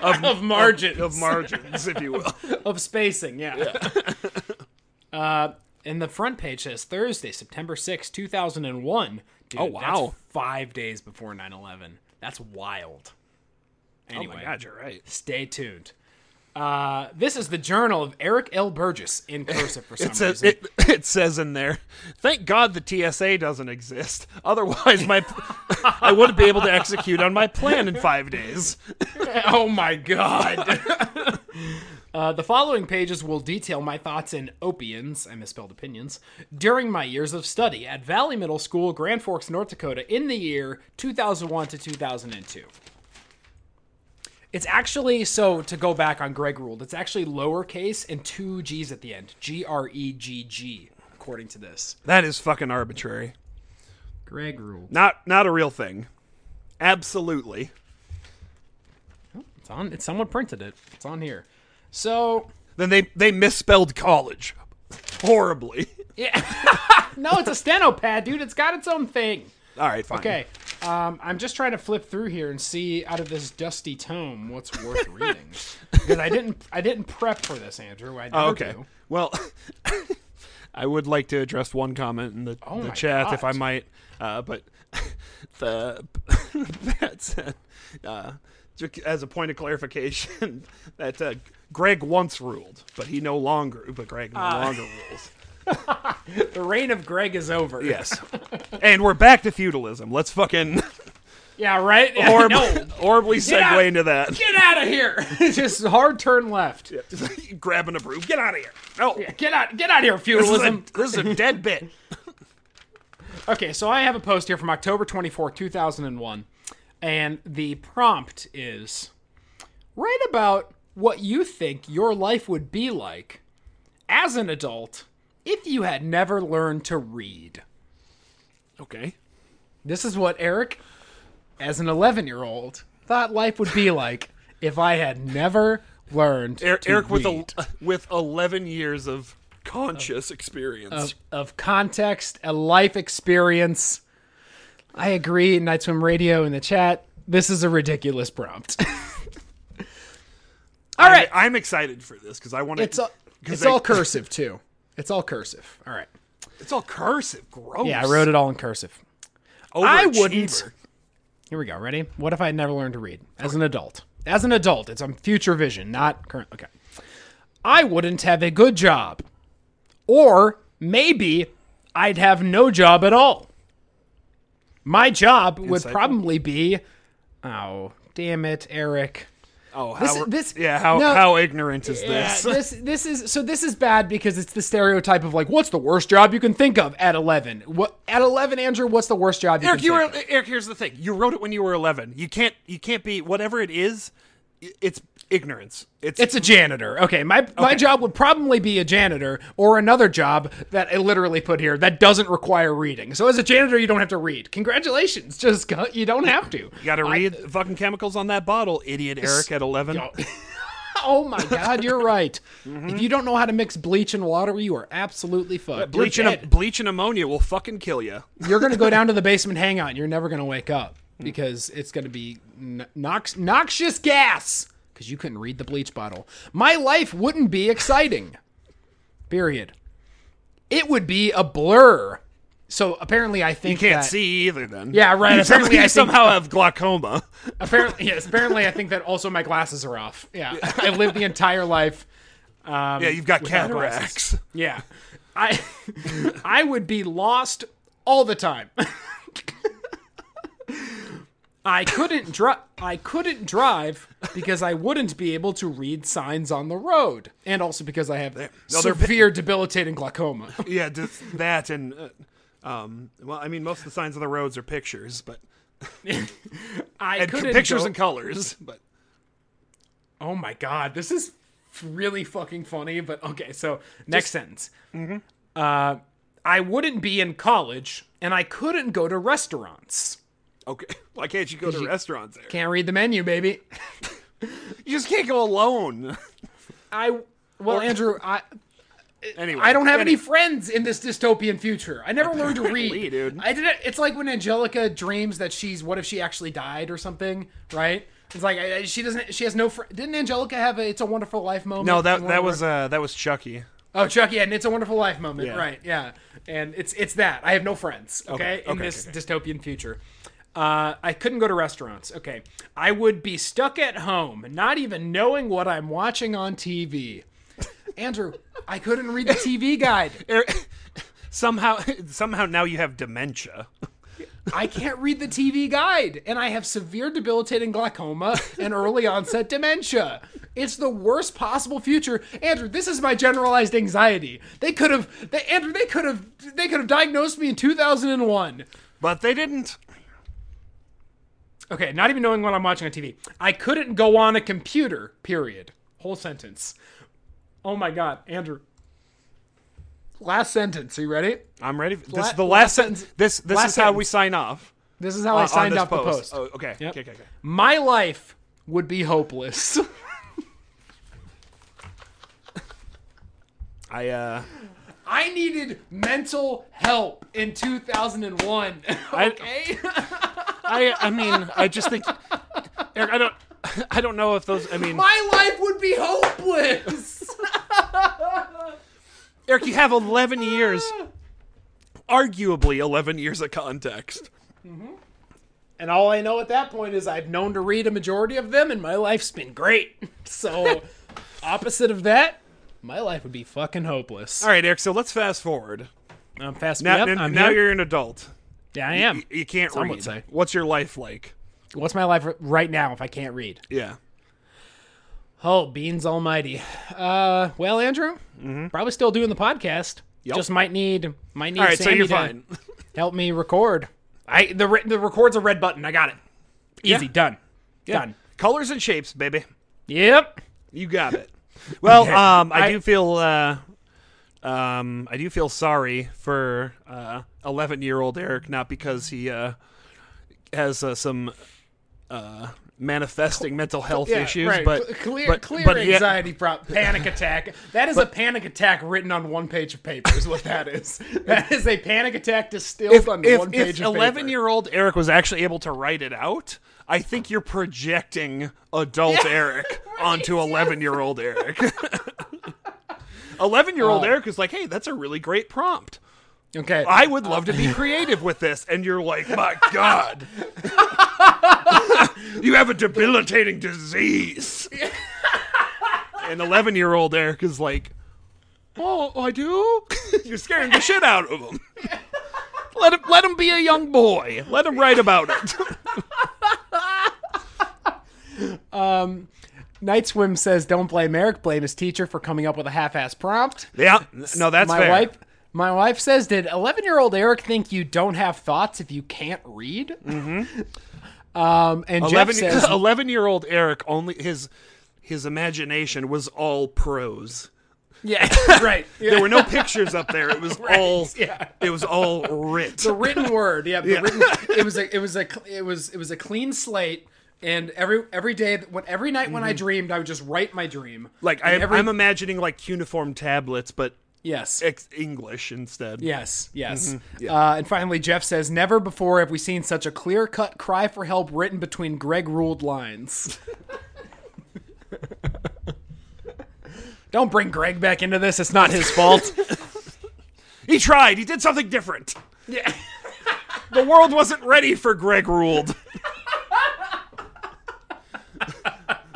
Speaker 3: of,
Speaker 2: of margins
Speaker 3: of margins, if you will. Oh
Speaker 2: of spacing, yeah. uh, and the front page says Thursday, September 6, 2001. Dude,
Speaker 3: Oh,
Speaker 2: that's
Speaker 3: wow.
Speaker 2: 5 days before 9/11. That's wild.
Speaker 3: Oh
Speaker 2: Anyway,
Speaker 3: you're right.
Speaker 2: Stay tuned. Uh, this is the journal of Eric L. Burgess in cursive for some
Speaker 3: It says
Speaker 2: reason.
Speaker 3: it, it says in there. Thank God the TSA doesn't exist. Otherwise, my I wouldn't be able to execute on my plan in five days.
Speaker 2: oh my god. uh, the following pages will detail my thoughts in opians, I misspelled opinions, during my years of study at Valley Middle School, Grand Forks, North Dakota, in the year 2001 to 2002. It's actually, so to go back on Greg ruled, it's actually lowercase and two G's at the end. G R E G G, according to this.
Speaker 3: That is fucking arbitrary.
Speaker 2: Greg ruled.
Speaker 3: Not not a real thing. Absolutely.
Speaker 2: It's on. It's someone printed it. It's on here. So
Speaker 3: Then they they misspelled college horribly.
Speaker 2: yeah, No, it's a steno pad, dude. It's got its own thing.
Speaker 3: All right, fine.
Speaker 2: Okay. Um, I'm just trying to flip through here and see out of this dusty tome what's worth reading because I didn't I didn't prep for this, Andrew. I never
Speaker 3: Oh, Okay.
Speaker 2: do.
Speaker 3: Well, I would like to address one comment in the,
Speaker 2: Oh
Speaker 3: the
Speaker 2: my
Speaker 3: chat if I
Speaker 2: God.
Speaker 3: might, uh, but the that said, uh, ju- as a point of clarification, that uh, Greg once ruled, but he no longer, but Greg no
Speaker 2: Ah.
Speaker 3: longer rules.
Speaker 2: The reign of Greg is over.
Speaker 3: Yes, and we're back to feudalism. Let's fucking
Speaker 2: Yeah. Right.
Speaker 3: horrib-
Speaker 2: no.
Speaker 3: horribly
Speaker 2: out.
Speaker 3: segue into that.
Speaker 2: Get out of here. just hard turn left.
Speaker 3: Grabbing a brew, get out of here. No,
Speaker 2: Get out. Get out of here,
Speaker 3: this, is
Speaker 2: feudalism.
Speaker 3: a, this is a dead bit.
Speaker 2: Okay, so I have a post here from October 24, 2001, and the prompt is write about what you think your life would be like as an adult if you had never learned to read.
Speaker 3: Okay.
Speaker 2: This is what Eric, as an 11 year old, thought life would be like if I had never learned
Speaker 3: Er-
Speaker 2: to
Speaker 3: Eric with
Speaker 2: read.
Speaker 3: el- with eleven years of conscious experience.
Speaker 2: of, of context, a life experience. I agree. Night Swim Radio in the chat. This is a ridiculous prompt. all right.
Speaker 3: I'm excited for this because I want to.
Speaker 2: It's all, it's
Speaker 3: they-
Speaker 2: all cursive, too. It's all cursive. All right.
Speaker 3: It's all cursive. Gross.
Speaker 2: Yeah, I wrote it all in cursive. I wouldn't. Here we go. Ready? What if I had never learned to read as an adult? As an adult, it's on future vision, not current. Okay. I wouldn't have a good job. Or maybe I'd have no job at all. My job would
Speaker 3: Insightful.
Speaker 2: probably be. Oh, damn it, Eric.
Speaker 3: Oh, how,
Speaker 2: This- this-
Speaker 3: yeah. How
Speaker 2: no.
Speaker 3: how ignorant is this?
Speaker 2: Yeah, this this is so this is bad because it's the stereotype of like what's the worst job you can think of at 11. What at 11 Andrew, what's the worst job you
Speaker 3: Eric,
Speaker 2: can
Speaker 3: you
Speaker 2: think
Speaker 3: were,
Speaker 2: of?
Speaker 3: Eric. Here's the thing. You wrote it when you were 11. You can't. You can't be whatever it is. i- It's ignorance. It's
Speaker 2: It's a janitor. Okay, my my job would probably be a janitor or another job that I literally put here that doesn't require reading. So as a janitor, you don't have to read. Congratulations, just go, you don't have to.
Speaker 3: you got to read the fucking chemicals on that bottle, idiot. Eric at 11.
Speaker 2: oh my god, you're right. If you don't know how to mix bleach and water, you are absolutely fucked.
Speaker 3: bleach
Speaker 2: you're,
Speaker 3: and
Speaker 2: dead.
Speaker 3: bleach and ammonia will fucking kill you.
Speaker 2: You're gonna go down to the basement hangout. and You're never gonna wake up because it's gonna be n- nox- noxious gas. Because you couldn't read the bleach bottle. My life wouldn't be exciting. Period. It would be a blur. So apparently, I think
Speaker 3: Can't
Speaker 2: that-
Speaker 3: see either. Then
Speaker 2: Yeah, right.
Speaker 3: You
Speaker 2: Apparently, I
Speaker 3: somehow- you
Speaker 2: think-
Speaker 3: somehow have glaucoma.
Speaker 2: Apparently, yes. Apparently, I think that also my glasses are off. Yeah, I lived the entire life. Um,
Speaker 3: Yeah, you've got
Speaker 2: without glasses.
Speaker 3: cataracts.
Speaker 2: Yeah, I I would be lost all the time. I couldn't drive. I couldn't drive because I wouldn't be able to read signs on the road, and also because I have
Speaker 3: they're-
Speaker 2: severe debilitating glaucoma.
Speaker 3: Yeah, just that and uh, um, well, I mean, most of the signs on the roads are pictures, but
Speaker 2: I
Speaker 3: and
Speaker 2: couldn't
Speaker 3: pictures
Speaker 2: go-
Speaker 3: and colors. But
Speaker 2: Oh my god, this is really fucking funny. But okay, so next sentence.
Speaker 3: Mm-hmm.
Speaker 2: Uh, I wouldn't be in college, and I couldn't go to restaurants.
Speaker 3: okay, why can't you go to restaurants there?
Speaker 2: Can't read the menu, baby.
Speaker 3: You just can't go alone.
Speaker 2: I well, Andrew, I
Speaker 3: anyway,
Speaker 2: I don't have any
Speaker 3: any-
Speaker 2: friends in this dystopian future. I never learned to read.
Speaker 3: dude.
Speaker 2: I didn't. It's like when Angelica dreams that she's what if she actually died or something, right? It's like I, I- she doesn't. She has no. Fr- didn't Angelica have a "It's a Wonderful Life" moment?
Speaker 3: No,
Speaker 2: in
Speaker 3: that
Speaker 2: one
Speaker 3: that
Speaker 2: of her-
Speaker 3: was uh, that was Chucky.
Speaker 2: Oh, Chuck, yeah, and it's a wonderful life moment,
Speaker 3: Yeah.
Speaker 2: right? Yeah, and it's it's that I have no friends, okay,
Speaker 3: Okay,
Speaker 2: in
Speaker 3: okay,
Speaker 2: this
Speaker 3: okay,
Speaker 2: dystopian future. Uh, I couldn't go to restaurants. Okay, I would be stuck at home, not even knowing what I'm watching on TV. Andrew, I couldn't read the TV guide.
Speaker 3: Er, Somehow, somehow now you have dementia.
Speaker 2: I can't read the TV guide, and I have severe debilitating glaucoma and early onset dementia. It's the worst possible future, Andrew. This is my generalized anxiety. They could have, they, Andrew. They could have, they could have diagnosed me in 2001.
Speaker 3: But they didn't.
Speaker 2: Okay, not even knowing what I'm watching on TV. I couldn't go on a computer. Period. Whole sentence. Oh my God, Andrew. Last sentence. Are you ready?
Speaker 3: I'm ready. For, this
Speaker 2: La-
Speaker 3: is the
Speaker 2: last
Speaker 3: last sentence.
Speaker 2: sentence.
Speaker 3: This this
Speaker 2: Last
Speaker 3: is how
Speaker 2: sentence.
Speaker 3: we sign off.
Speaker 2: This is how
Speaker 3: on-
Speaker 2: I
Speaker 3: on
Speaker 2: signed
Speaker 3: this
Speaker 2: off the post.
Speaker 3: Oh, okay. Okay, okay, okay.
Speaker 2: My life would be hopeless.
Speaker 3: I uh,
Speaker 2: I needed mental help in 2001. okay.
Speaker 3: I I mean, I just think Eric, I don't I don't know if those I mean
Speaker 2: My life would be hopeless.
Speaker 3: Eric, you have 11 years arguably 11 years of context.
Speaker 2: And all I know at that point is I've known to read a majority of them, and my life's been great. So, opposite of that, my life would be fucking hopeless.
Speaker 3: All right, Eric, so let's fast forward.
Speaker 2: I'm fast
Speaker 3: Now,
Speaker 2: me up.
Speaker 3: now-
Speaker 2: I'm
Speaker 3: now
Speaker 2: here.
Speaker 3: you're an adult.
Speaker 2: Yeah, I am.
Speaker 3: You, you can't
Speaker 2: Some would
Speaker 3: read.
Speaker 2: say.
Speaker 3: What's your life like?
Speaker 2: What's my life r- right now if I can't read?
Speaker 3: Yeah.
Speaker 2: Oh, beans almighty. Uh, well, Andrew, probably still doing the podcast.
Speaker 3: Yep.
Speaker 2: Just might need might need
Speaker 3: Mm-hmm. All right, so
Speaker 2: Sammy
Speaker 3: you're
Speaker 2: to
Speaker 3: fine.
Speaker 2: help me record. I the re- the record's a red button. I got it. Easy
Speaker 3: Yeah.
Speaker 2: done. Done.
Speaker 3: Colors and shapes, baby.
Speaker 2: Yep.
Speaker 3: You got it. Well, um, I,
Speaker 2: I-
Speaker 3: do feel, uh, um, I do feel sorry for uh, 11 year old Eric, not because he uh, has uh, some uh, manifesting mental health issues, but
Speaker 2: clear,
Speaker 3: but,
Speaker 2: clear
Speaker 3: but he-
Speaker 2: anxiety, prop, panic attack. That is a panic attack written on one page of paper. Is what that is. That is a panic attack distilled
Speaker 3: If,
Speaker 2: on
Speaker 3: if,
Speaker 2: one page of paper.
Speaker 3: eleven year old Eric was actually able to write it out, I think you're projecting adult Eric onto eleven year old Eric. Eleven year
Speaker 2: Uh,
Speaker 3: old Eric is like, hey, that's a really great prompt.
Speaker 2: Okay.
Speaker 3: I would love to be creative with this. And you're like, my God. you have a debilitating disease. and 11 year old Eric is like, oh, I do? you're scaring the shit out of him. Let him, let him be a young boy. Let him write about it.
Speaker 2: Night Swim says, "Don't blame Eric. Blame his teacher for coming up with a half-ass prompt."
Speaker 3: yeah. No, that's
Speaker 2: my
Speaker 3: fair.
Speaker 2: wife. My wife says, "Did 11-year-old Eric think you don't have thoughts if you can't read?" Mm-hmm.
Speaker 3: Mm-hmm.
Speaker 2: Um, and Jeff
Speaker 3: 11,
Speaker 2: says,
Speaker 3: 11 year old Eric only his his imagination was all prose.
Speaker 2: "Yeah, right. Yeah.
Speaker 3: There were no pictures up there. It was all
Speaker 2: yeah.
Speaker 3: it was all writ.
Speaker 2: the written word. Yeah, the written. It was a. It was a. cl- It was. It was a clean slate. And every every day, that- when every night when I dreamed, I would just write my dream.
Speaker 3: Mm-hmm. Like
Speaker 2: And
Speaker 3: I,
Speaker 2: every-
Speaker 3: I'm imagining like cuneiform tablets, but
Speaker 2: yes.
Speaker 3: ex- English instead.
Speaker 2: Yes, yes. Uh, and finally, Jeff says, "Never before have we seen such a clear-cut cry for help written between Greg-ruled lines." Don't bring Greg back into this. It's not his fault.
Speaker 3: He tried. He did something different.
Speaker 2: yeah.
Speaker 3: The world wasn't ready for Greg ruled.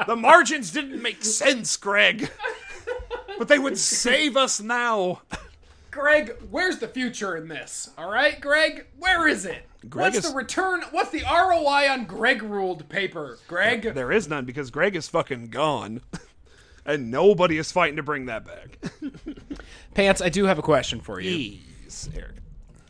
Speaker 3: the margins didn't make sense, Greg. But they would save us now.
Speaker 2: Greg, where's the future in this? All right, Greg, where is it?
Speaker 3: Greg
Speaker 2: what's
Speaker 3: is-
Speaker 2: the return? What's the ROI on Greg ruled paper? Greg,
Speaker 3: There is none because Greg is fucking gone. And nobody is fighting to bring that back.
Speaker 2: pants. I do have a question for you.
Speaker 3: Please, Eric.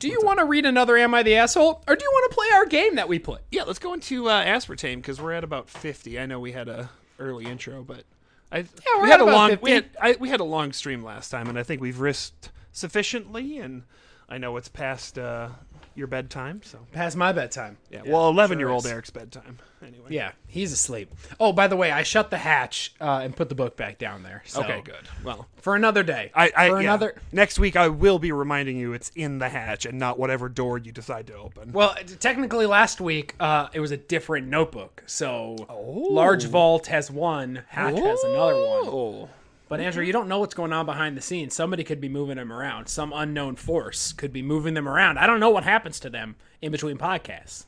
Speaker 2: Do you want to read another "Am I the Asshole" or do you want to play our game that we play?
Speaker 3: Yeah, let's go into uh, aspartame because we're at about fifty. I know we had a early intro, but I yeah,
Speaker 2: we're
Speaker 3: we
Speaker 2: at
Speaker 3: had a
Speaker 2: about
Speaker 3: long
Speaker 2: 50.
Speaker 3: we had I, we had a long stream last time, and I think we've risked sufficiently. And I know it's past uh, your bedtime, so
Speaker 2: Past my bedtime.
Speaker 3: yeah. well, eleven year old
Speaker 2: is.
Speaker 3: Eric's bedtime anyway.
Speaker 2: Yeah, he's asleep. Oh, by the way, I shut the hatch uh, and put the book back down there. So
Speaker 3: Okay, good. Well,
Speaker 2: For another day.
Speaker 3: I, I
Speaker 2: for
Speaker 3: yeah.
Speaker 2: another.
Speaker 3: next week I will be reminding you it's in the hatch and not whatever door you decide to open.
Speaker 2: Well, t- technically, last week uh, it was a different notebook. So large vault has one, hatch has another one.
Speaker 3: Oh.
Speaker 2: But Andrew, you don't know what's going on behind the scenes. Somebody could be moving them around. Some unknown force could be moving them around. I don't know what happens to them in between podcasts.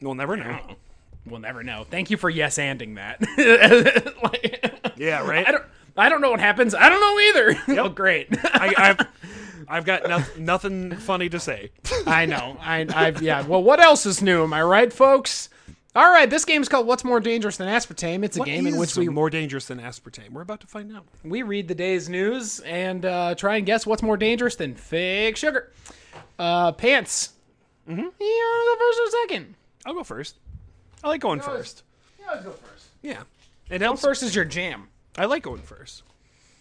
Speaker 3: We'll never know.
Speaker 2: We'll never know. Thank you for yes anding that. Like-
Speaker 3: Yeah, right.
Speaker 2: I don't. I don't know what happens. I don't know either. oh, great.
Speaker 3: I, I've I've got noth- nothing funny to say.
Speaker 2: I know. I, I've yeah. Well, what else is new? Am I right, folks? All right, this game's called "What's More Dangerous Than Aspartame." It's a
Speaker 3: What
Speaker 2: game in
Speaker 3: is
Speaker 2: which we
Speaker 3: more dangerous than aspartame? We're about to find out.
Speaker 2: we read the day's news and uh, try and guess what's more dangerous than fake sugar. Uh, pants. Mm-hmm. Yeah, I'll go first or second.
Speaker 3: I'll go first. I like going first.
Speaker 2: Yeah, I'll go first.
Speaker 3: Yeah, it helps.
Speaker 2: First is your jam.
Speaker 3: I like going first.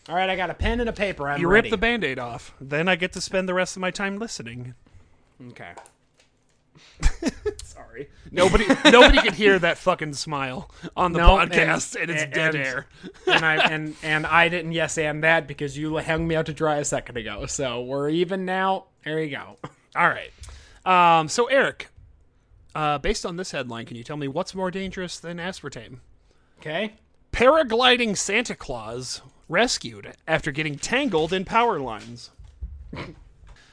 Speaker 2: All right, I got a pen and a paper. I'm
Speaker 3: You
Speaker 2: ready.
Speaker 3: rip the band-aid off, then I get to spend the rest of my time listening.
Speaker 2: okay.
Speaker 3: Sorry, nobody nobody could hear that fucking smile on the
Speaker 2: No, and-
Speaker 3: podcast, and, it's dead
Speaker 2: and-
Speaker 3: air.
Speaker 2: and I and and I didn't yes and that because you hung me out to dry a second ago. So we're even now. There you go.
Speaker 3: All right. Um, so Eric, uh, based on this headline, can you tell me what's more dangerous than aspartame?
Speaker 2: Okay.
Speaker 3: Paragliding Santa Claus rescued after getting tangled in power lines.
Speaker 2: Uh,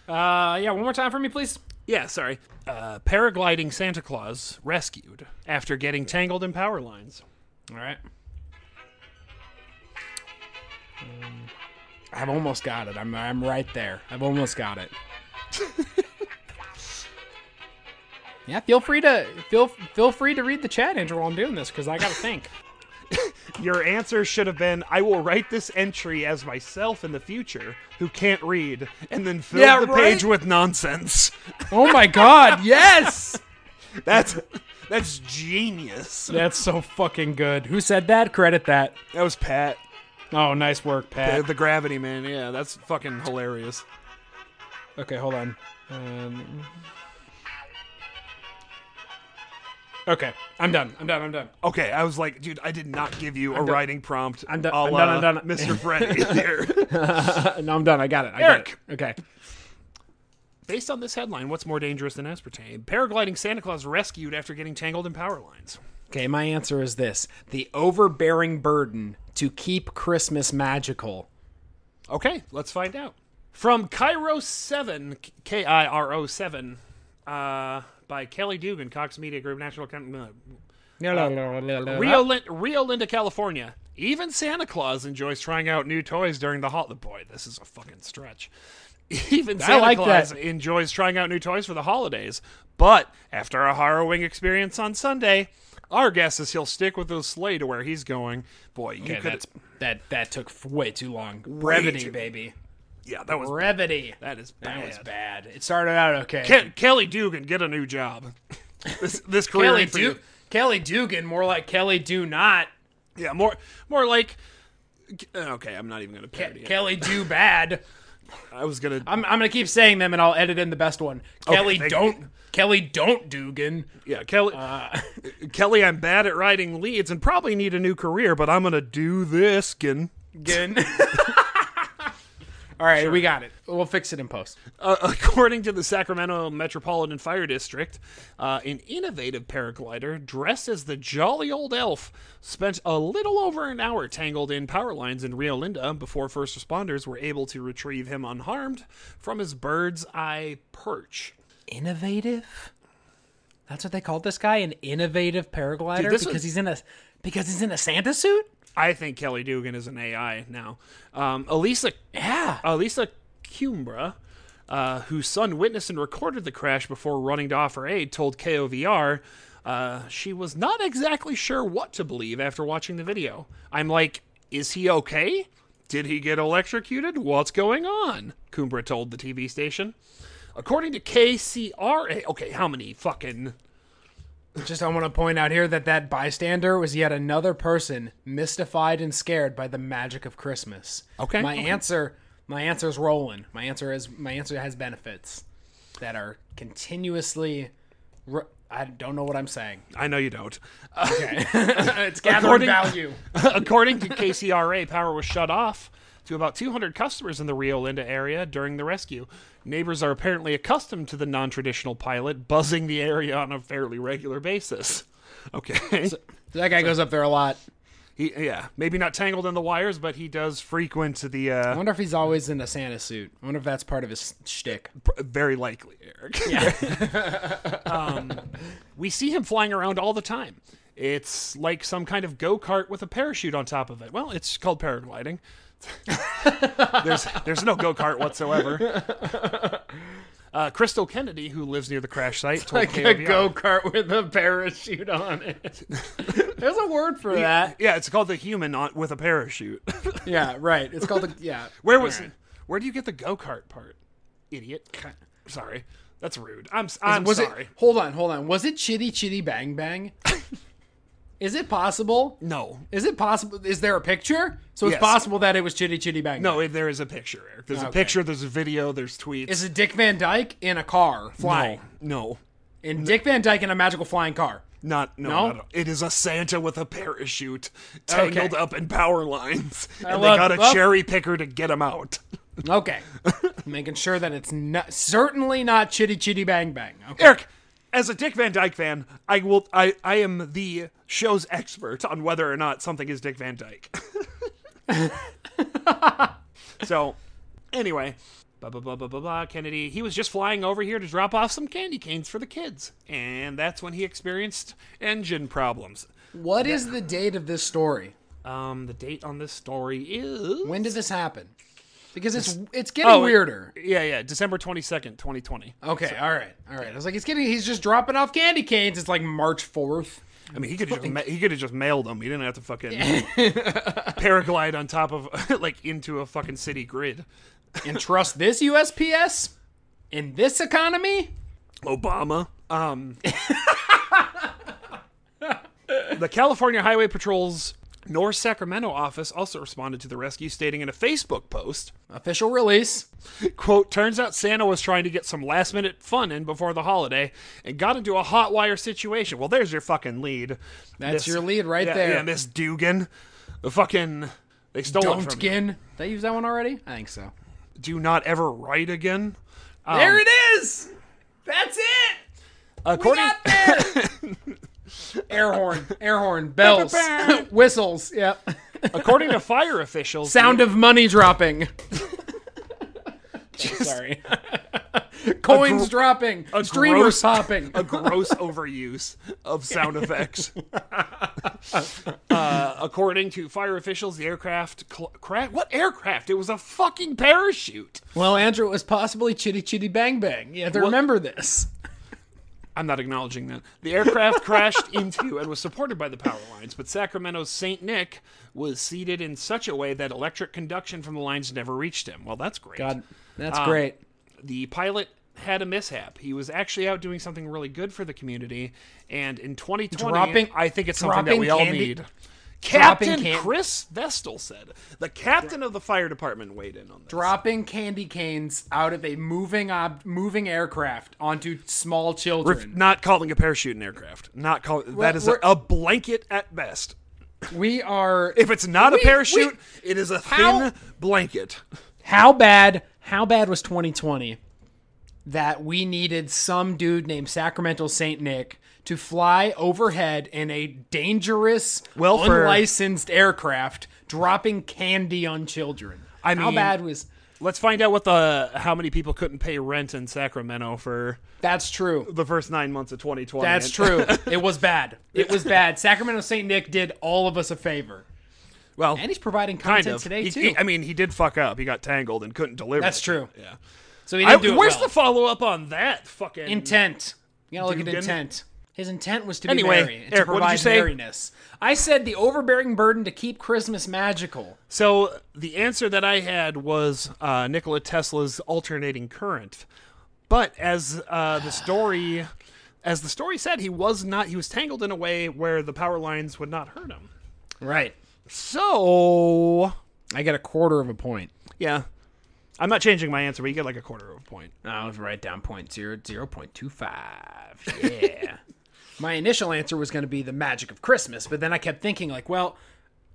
Speaker 2: yeah. One more time for me, please.
Speaker 3: Yeah, sorry. Uh, paragliding Santa Claus rescued after getting tangled in power lines.
Speaker 2: All right. Um, I've almost got it. I'm I'm right there. I've almost got it. yeah. Feel free to feel feel free to read the chat, Andrew, while I'm doing this because I gotta think.
Speaker 3: Your answer should have been I will write this entry as myself in the future who can't read and then fill
Speaker 2: Yeah,
Speaker 3: the
Speaker 2: right?
Speaker 3: page with nonsense.
Speaker 2: oh my God! Yes.
Speaker 3: That's that's genius.
Speaker 2: That's so fucking good. Who said that? Credit that.
Speaker 3: That was Pat.
Speaker 2: Oh, nice work,
Speaker 3: The,
Speaker 2: Pat.
Speaker 3: the gravity man, yeah, that's fucking hilarious.
Speaker 2: Okay, hold on. Um, okay, I'm done. I'm done. I'm done.
Speaker 3: Okay, I was like, dude, I did not give you a
Speaker 2: done.
Speaker 3: writing prompt.
Speaker 2: I'm done.
Speaker 3: a
Speaker 2: I'm done. I'm
Speaker 3: la
Speaker 2: done.
Speaker 3: Mr. Freddy here.
Speaker 2: Uh, no, I'm done. I got it. I
Speaker 3: Eric.
Speaker 2: Got it. Okay.
Speaker 3: Based on this headline, what's more dangerous than aspartame? Paragliding Santa Claus rescued after getting tangled in power lines.
Speaker 2: Okay, my answer is this the overbearing burden to keep Christmas magical.
Speaker 3: Okay, let's find out. From Cairo 7, K I R O 7, uh, by Kelly Dugan, Cox Media Group, National. Con- uh, Rio,
Speaker 2: Real.
Speaker 3: Lin- Rio Linda, California. Even Santa Claus enjoys trying out new toys during the holiday. Boy, this is a fucking stretch. Even Santa
Speaker 2: like
Speaker 3: Claus
Speaker 2: that.
Speaker 3: enjoys trying out new toys for the holidays, but after a harrowing experience on Sunday, our guess is he'll stick with his sleigh to where he's going. Boy, you
Speaker 2: Okay,
Speaker 3: could.
Speaker 2: that's, that, that took f- way too long. Brevity,
Speaker 3: too-
Speaker 2: baby.
Speaker 3: yeah, that was
Speaker 2: Brevity.
Speaker 3: that is
Speaker 2: That
Speaker 3: bad.
Speaker 2: was bad. It started out okay.
Speaker 3: Ke- Kelly Dugan, get a new job. this this career
Speaker 2: Kelly,
Speaker 3: ain't for
Speaker 2: du-
Speaker 3: you.
Speaker 2: Kelly Dugan, more like Kelly Do Not.
Speaker 3: Yeah, more more like. uh, Okay, I'm not even gonna parody. it.
Speaker 2: Kelly Do Bad.
Speaker 3: I was gonna.
Speaker 2: I'm, I'm gonna keep saying them, and I'll edit in the best one. Kelly
Speaker 3: thank
Speaker 2: don't Kelly don't Dugan.
Speaker 3: Yeah, Kelly. Kelly, I'm bad at writing leads and probably need a new career, but I'm gonna do this again.
Speaker 2: Gin. All right, we got it. We'll fix it in post.
Speaker 3: Uh, according to the Sacramento Metropolitan Fire District, uh, an innovative paraglider dressed as the jolly old elf spent a little over an hour tangled in power lines in Rio Linda before first responders were able to retrieve him unharmed from his bird's eye perch.
Speaker 2: Innovative. That's what they called this guy, an innovative paraglider,
Speaker 3: Dude, this
Speaker 2: because
Speaker 3: was-
Speaker 2: he's in a because he's in a Santa suit.
Speaker 3: I think Kelly Dugan is an AI now. Um, Elisa
Speaker 2: Yeah.
Speaker 3: Alisa Cumbra, uh, whose son witnessed and recorded the crash before running to offer aid, told KOVR uh, she was not exactly sure what to believe after watching the video. I'm like, is he okay? Did he get electrocuted? What's going on? Cumbra told the TV station. According to KCRA, okay, how many fucking.
Speaker 2: Just I want to point out here that that bystander was yet another person mystified and scared by the magic of Christmas.
Speaker 3: Okay,
Speaker 2: My
Speaker 3: okay.
Speaker 2: answer my answer is Roland. My answer is my answer has benefits that are continuously ro- I don't know what I'm saying.
Speaker 3: I know you don't.
Speaker 2: it's gathering
Speaker 3: According-
Speaker 2: value.
Speaker 3: According to KCRA, power was shut off to about 200 customers in the Rio Linda area during the rescue. Neighbors are apparently accustomed to the non traditional pilot buzzing the area on a fairly regular basis. Okay.
Speaker 2: That guy goes up there a lot.
Speaker 3: he, yeah. Maybe not tangled in the wires, but he does frequent the.
Speaker 2: I
Speaker 3: Uh,
Speaker 2: wonder if he's always in a Santa suit. I wonder if that's part of his shtick.
Speaker 3: pr- very likely, Eric. Yeah. um, we see him flying around all the time. It's like some kind of go kart with a parachute on top of it. Well, it's called paragliding. there's there's no go kart whatsoever. Uh, Crystal Kennedy, who lives near the crash site, told KOVR,
Speaker 2: kart with a parachute on it. There's a word for that.
Speaker 3: Yeah, it's called the human on, with a parachute.
Speaker 2: Yeah, right. It's called the yeah.
Speaker 3: Where was
Speaker 2: Alright.
Speaker 3: where do you get the go kart part? Idiot. Sorry, that's rude. I'm s- I'm
Speaker 2: was
Speaker 3: sorry.
Speaker 2: it? Hold on, hold on. Was it Chitty Chitty Bang Bang? Is it possible?
Speaker 3: No,
Speaker 2: Is it possible? Is there a picture? So it's
Speaker 3: Yes.
Speaker 2: possible that it was Chitty Chitty Bang. Bang.
Speaker 3: no, there is a picture, Eric. There's a
Speaker 2: Okay.
Speaker 3: picture. There's a video. There's tweets.
Speaker 2: Is it Dick Van Dyke in a car flying?
Speaker 3: No.
Speaker 2: And Dick Van Dyke in a magical flying car.
Speaker 3: Not no,
Speaker 2: No?
Speaker 3: not at all. it is a Santa with a parachute tangled
Speaker 2: Okay.
Speaker 3: up in power lines,
Speaker 2: I
Speaker 3: and
Speaker 2: love-
Speaker 3: they got a
Speaker 2: well-
Speaker 3: cherry picker to get him out.
Speaker 2: Okay. Making sure that it's not, certainly not Chitty Chitty Bang Bang. Okay.
Speaker 3: Eric, as a Dick Van Dyke fan, I will I I am the show's expert on whether or not something is Dick Van Dyke. so, anyway, blah blah blah blah blah blah. Kennedy, he was just flying over here to drop off some candy canes for the kids, and that's when he experienced engine problems.
Speaker 2: What is the date of this story?
Speaker 3: Um, the date on this story is
Speaker 2: When did this happen? Because it's it's getting
Speaker 3: Oh, it-
Speaker 2: weirder.
Speaker 3: yeah yeah December twenty second, twenty twenty.
Speaker 2: Okay, all right, all right. I was like, it's getting. He's just dropping off candy canes. It's like March fourth.
Speaker 3: I mean, he could have just ma- he could have just mailed them. He didn't have to fucking paraglide on top of like into a fucking city grid.
Speaker 2: And trust this USPS in this economy.
Speaker 3: Obama. Um, the California Highway Patrol's North Sacramento office also responded to the rescue, stating in a Facebook post,
Speaker 2: Official release.
Speaker 3: "Quote: Turns out Santa was trying to get some last-minute fun in before the holiday and got into a hot wire situation." Well, there's your fucking lead.
Speaker 2: That's
Speaker 3: Miss-
Speaker 2: your lead right
Speaker 3: yeah,
Speaker 2: there.
Speaker 3: Yeah, Miss Dugan, the fucking they stole it from you.
Speaker 2: Dumpkin. They use that one already? I think so.
Speaker 3: do not ever write again. Um,
Speaker 2: there it is. That's it.
Speaker 3: According,
Speaker 2: Air horn. Air horn. Bells. Whistles. Yep.
Speaker 3: according to fire officials,
Speaker 2: Sound of money dropping. Sorry. Coins dropping. Streamers
Speaker 3: gross-
Speaker 2: popping.
Speaker 3: a gross overuse of sound effects. uh, according to fire officials, the aircraft cl- cra- what aircraft? It was a fucking parachute.
Speaker 2: Well, Andrew, it was possibly Chitty Chitty Bang Bang. You have to remember this.
Speaker 3: I'm not acknowledging that. The aircraft crashed into and was supported by the power lines, but Sacramento's St. Nick was seated in such a way that electric conduction from the lines never reached him. Well, that's great.
Speaker 2: God, that's great.
Speaker 3: the pilot had a mishap. He was actually out doing something really good for the community, and in 2020,
Speaker 2: Dropping-
Speaker 3: I think it's something that
Speaker 2: dropping
Speaker 3: we all
Speaker 2: candy-
Speaker 3: need. Captain
Speaker 2: can-
Speaker 3: Chris Vestal said the captain of the fire department weighed in on this.
Speaker 2: Dropping candy canes out of a moving ob- moving aircraft onto small
Speaker 3: Ref-
Speaker 2: children.
Speaker 3: not calling a parachute an aircraft. Not calling that is a,
Speaker 2: we're-
Speaker 3: a blanket at best.
Speaker 2: we are.
Speaker 3: If it's not
Speaker 2: We-
Speaker 3: a parachute, it is a
Speaker 2: How-
Speaker 3: thin blanket.
Speaker 2: How bad? How bad was 2020 that we needed some dude named Sacramento Saint Nick to fly overhead in a dangerous,
Speaker 3: Well, for-
Speaker 2: unlicensed aircraft, dropping candy on children?
Speaker 3: I
Speaker 2: how
Speaker 3: mean-
Speaker 2: bad was?
Speaker 3: Let's find out what the how many people couldn't pay rent in Sacramento for
Speaker 2: That's true.
Speaker 3: the first nine months of 2020.
Speaker 2: That's
Speaker 3: And-
Speaker 2: true. It was bad. It was bad. Sacramento Saint Nick did all of us a favor,
Speaker 3: Well,
Speaker 2: and he's providing
Speaker 3: kind
Speaker 2: content
Speaker 3: of.
Speaker 2: today
Speaker 3: He-
Speaker 2: too.
Speaker 3: he- I mean, he did fuck up. He got tangled and couldn't deliver.
Speaker 2: That's
Speaker 3: it.
Speaker 2: true.
Speaker 3: Yeah.
Speaker 2: so he
Speaker 3: I,
Speaker 2: didn't do it
Speaker 3: where's
Speaker 2: well.
Speaker 3: the follow up on that? Fucking
Speaker 2: Intent. You gotta look
Speaker 3: Dugan?
Speaker 2: at intent. His intent was to be
Speaker 3: Anyway,
Speaker 2: merry and
Speaker 3: Eric,
Speaker 2: to
Speaker 3: what did you
Speaker 2: provide
Speaker 3: say?
Speaker 2: merriness. I said the overbearing burden to keep Christmas magical.
Speaker 3: So the answer that I had was uh, Nikola Tesla's alternating current, but as uh, the story, as the story said, he was not. He was tangled in a way where the power lines would not hurt him.
Speaker 2: Right.
Speaker 3: So
Speaker 2: I get a quarter of a point.
Speaker 3: yeah, I'm not changing my answer, but you get like a quarter of a point.
Speaker 2: I was right down point zero zero point two five. Yeah. My initial answer was going to be the magic of Christmas, but then I kept thinking like, well,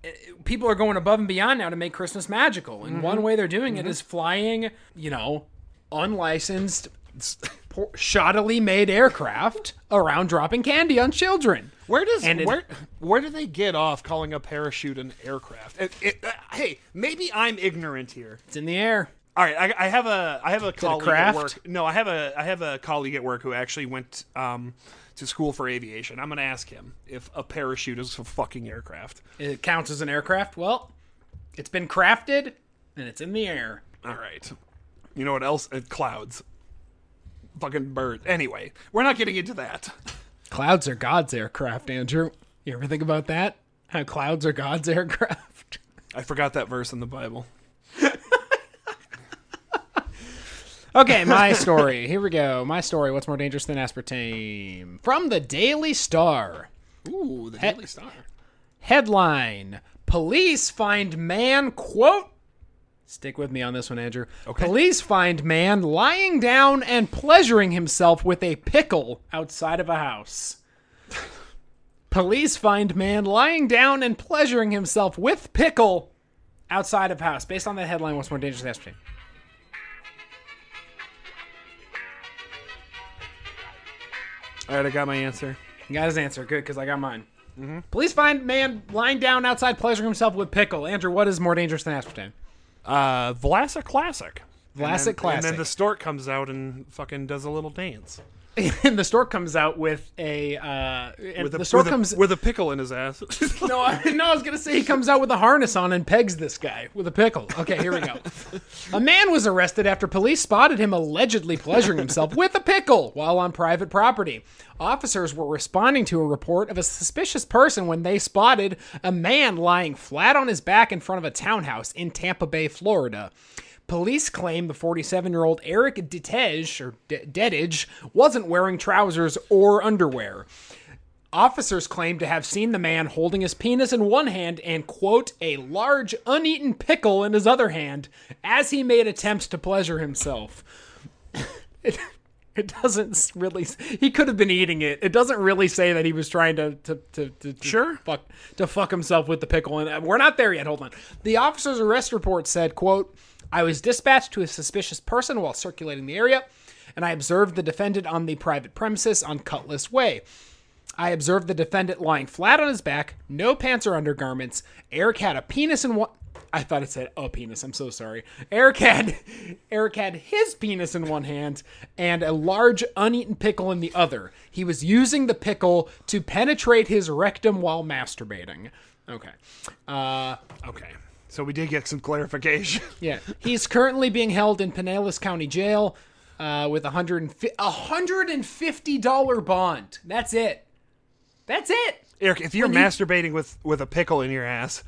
Speaker 2: eh, people are going above and beyond now to make Christmas magical, and one way they're doing it is flying, you know, unlicensed, s- por- shoddily made aircraft around dropping candy on children.
Speaker 3: Where does
Speaker 2: And it-
Speaker 3: where where do they get off calling a parachute an aircraft? It- it- uh, hey, maybe I'm ignorant here.
Speaker 2: It's in the air.
Speaker 3: All right, I, I have a I have a colleague
Speaker 2: craft?
Speaker 3: at work. No, I have a I have a colleague at work who actually went um, to school for aviation. I'm going to ask him if a parachute is a fucking aircraft.
Speaker 2: It counts as an aircraft. Well, it's been crafted and it's in the air.
Speaker 3: All right. You know what else? Uh, clouds. Fucking birds. Anyway, we're not getting into that.
Speaker 2: Clouds are God's aircraft, Andrew. You ever think about that? How clouds are God's aircraft?
Speaker 3: I forgot that verse in the Bible.
Speaker 2: Okay, my story. Here we go. My story. What's more dangerous than aspartame? From the Daily Star.
Speaker 3: Ooh, the Daily Star.
Speaker 2: Headline Police find man, quote, Stick with me on this one, Andrew. Police find man lying down and pleasuring himself with a pickle outside of a house. Police find man lying down and pleasuring himself with pickle outside of house. Based on that headline, what's more dangerous than aspartame?
Speaker 3: All right, I got my answer.
Speaker 2: You Got his answer. Good, because I got mine.
Speaker 3: Mm-hmm.
Speaker 2: Police find man lying down outside pleasuring himself with pickle. Andrew, what is more dangerous than aspartame?
Speaker 3: Uh, Vlasic Classic.
Speaker 2: Vlasic
Speaker 3: and then,
Speaker 2: Classic.
Speaker 3: And then the stork comes out and fucking does a little dance.
Speaker 2: and the stork comes out with a uh, and
Speaker 3: With a,
Speaker 2: the stork
Speaker 3: with a-
Speaker 2: comes.
Speaker 3: with a pickle in his ass.
Speaker 2: no, I, no, I was gonna say he comes out with a harness on and pegs this guy with a pickle. Okay, here we go. a man was arrested after police spotted him allegedly pleasuring himself with a pickle while on private property. Officers were responding to a report of a suspicious person when they spotted a man lying flat on his back in front of a townhouse in Tampa Bay, Florida. Police claim the 47 year old Eric Detege, or De- Dedage, wasn't wearing trousers or underwear. Officers claim to have seen the man holding his penis in one hand and, quote, a large uneaten pickle in his other hand as he made attempts to pleasure himself. it, it doesn't really. He could have been eating it. It doesn't really say that he was trying to. to, to, to to
Speaker 3: Sure.
Speaker 2: Fuck, to fuck himself with the pickle. And uh, we're not there yet. Hold on. The officer's arrest report said, quote, I was dispatched to a suspicious person while circulating the area, and I observed the defendant on the private premises on Cutlass Way. I observed the defendant lying flat on his back, no pants or undergarments. Eric had a penis in one. I thought it said a penis. I'm so sorry. Eric had, Eric had his penis in one hand and a large uneaten pickle in the other. He was using the pickle to penetrate his rectum while masturbating. Okay. Uh,
Speaker 3: okay. So we did get some clarification.
Speaker 2: yeah. He's currently being held in Pinellas County Jail uh, with a hundred and fi- a hundred and fifty dollar bond. That's it. That's it.
Speaker 3: Eric, if you're
Speaker 2: When you-
Speaker 3: masturbating with with a pickle in your ass,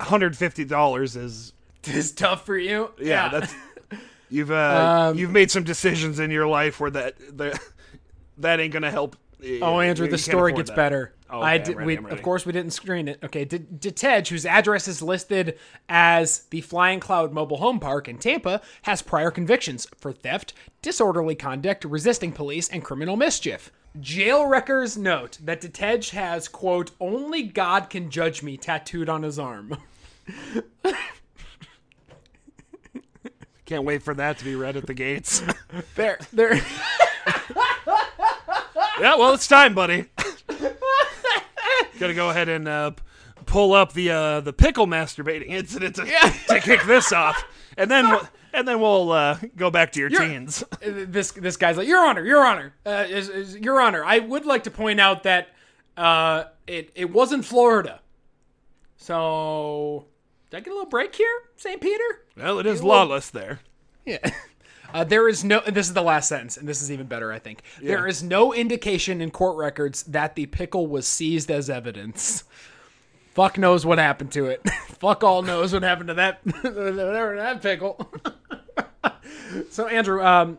Speaker 3: $150 is
Speaker 2: is tough for you.
Speaker 3: yeah, that's you've uh,
Speaker 2: Um,
Speaker 3: you've made some decisions in your life where that the, that ain't gonna help.
Speaker 2: Oh, Andrew,
Speaker 3: You
Speaker 2: the
Speaker 3: can't
Speaker 2: story
Speaker 3: afford
Speaker 2: gets
Speaker 3: that.
Speaker 2: better.
Speaker 3: Oh,
Speaker 2: I
Speaker 3: okay,
Speaker 2: did,
Speaker 3: I'm ready,
Speaker 2: we,
Speaker 3: I'm
Speaker 2: of
Speaker 3: ready.
Speaker 2: course, we didn't screen it. Okay, D- Detej, whose address is listed as the Flying Cloud Mobile Home Park in Tampa, has prior convictions for theft, disorderly conduct, resisting police, and criminal mischief. Jail records note that Detej has quote only God can judge me tattooed on his arm.
Speaker 3: Can't wait for that to be read at the gates.
Speaker 2: There, there.
Speaker 3: yeah, well, it's time, buddy. Gotta go ahead and uh, p- pull up the uh, the pickle masturbating incident to, to kick this off, and then we'll, and then we'll uh, go back to your teens.
Speaker 2: this this guy's like, Your Honor, Your Honor, uh, is, is, Your Honor. I would like to point out that uh, it it was in Florida. So did I get a little break here, St. Peter?
Speaker 3: Well, it is lawless there.
Speaker 2: Yeah. Uh, there is no. And this is the last sentence, and this is even better, I think. There is no indication in court records that the pickle was seized as evidence. Fuck knows what happened to it. Fuck all knows what happened to that whatever that pickle. so Andrew, um,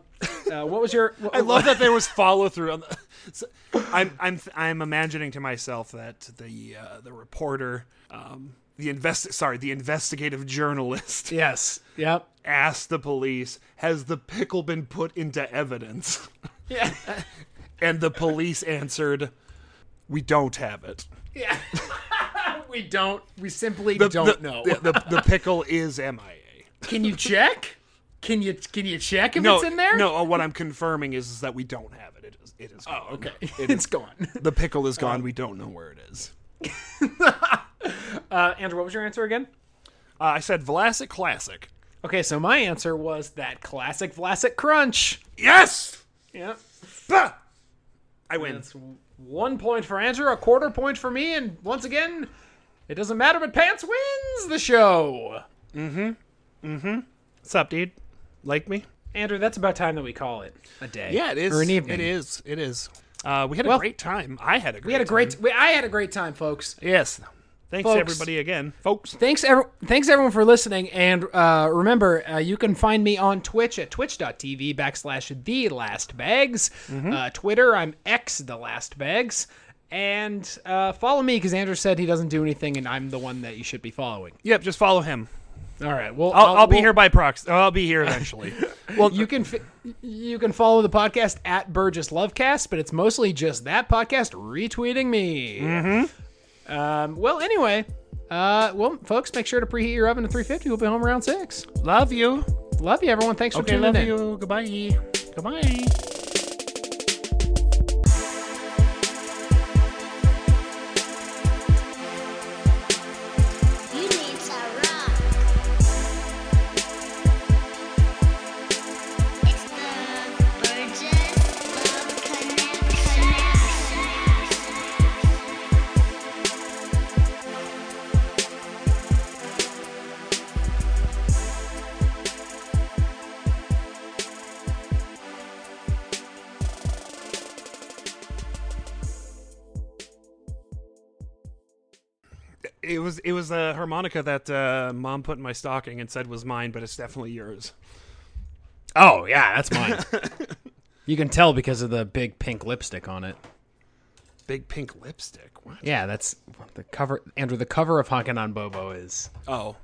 Speaker 2: uh, what was your?
Speaker 3: I love that there was follow through on the. So, I'm I'm I'm imagining to myself that the uh, the reporter, um, the invest sorry the investigative journalist
Speaker 2: Yes. Yep.
Speaker 3: asked the police, "Has the pickle been put into evidence?"
Speaker 2: Yeah.
Speaker 3: And the police answered, "We don't have it.
Speaker 2: Yeah. we don't. We simply
Speaker 3: The,
Speaker 2: don't
Speaker 3: the-
Speaker 2: know.
Speaker 3: The, the, the pickle is MIA.
Speaker 2: Can you check? Can you can you check if
Speaker 3: No,
Speaker 2: it's in there?
Speaker 3: No, uh, what I'm confirming is, is that we don't have it. It is. It is. Oh, Uh,
Speaker 2: Okay. it's gone.
Speaker 3: The pickle is gone. we don't know where it is.
Speaker 2: Uh, Andrew, what was your answer again?
Speaker 3: Uh, I said Vlasic Classic.
Speaker 2: Okay, so my answer was that classic Vlasic crunch.
Speaker 3: Yes.
Speaker 2: Yeah.
Speaker 3: Bah! I win.
Speaker 2: That's one point for Andrew, a quarter point for me, and once again, it doesn't matter, but Pants wins the show.
Speaker 3: What's up, dude? Like me?
Speaker 2: Andrew, that's about time that we call it a day.
Speaker 3: Yeah, it is.
Speaker 2: Or an evening.
Speaker 3: It is. It is. Uh, we had
Speaker 2: Well-
Speaker 3: a great time. I had a great
Speaker 2: We had a great. we- I had a great time, folks.
Speaker 3: time. Yes. Thanks,
Speaker 2: Folks.
Speaker 3: everybody, again. Folks.
Speaker 2: thanks ever thanks everyone for listening and uh, remember uh, you can find me on twitch at twitch.tv backslash the last bags
Speaker 3: Mm-hmm.
Speaker 2: uh, twitter i'm x the last bags and uh, follow me because andrew said he doesn't do anything and i'm the one that you should be following
Speaker 3: Yep, just follow him.
Speaker 2: All right. Well,
Speaker 3: I'll, I'll, be
Speaker 2: we'll-
Speaker 3: here by proxy. I'll be here eventually.
Speaker 2: Well, you can fi- you can follow the podcast at Burgess Lovecast, but it's mostly just that podcast retweeting me.
Speaker 3: Mm-hmm.
Speaker 2: Um, well, anyway, uh, well, folks, make sure to preheat your oven to 350. We'll be home around six.
Speaker 3: love you.
Speaker 2: Love you, everyone. Thanks for
Speaker 3: Okay,
Speaker 2: tuning
Speaker 3: love
Speaker 2: in.
Speaker 3: you. Goodbye. Goodbye.
Speaker 1: You need to rock. It's the Burgess Love Connection.
Speaker 3: It was it was a harmonica that uh, mom put in my stocking and said was mine, but it's definitely yours.
Speaker 2: Oh yeah, that's mine. you can tell because of the big pink lipstick on it.
Speaker 3: Big pink lipstick. What?
Speaker 2: Yeah, that's what the cover. Andrew, the cover of Honkin' on Bobo is.
Speaker 3: Oh,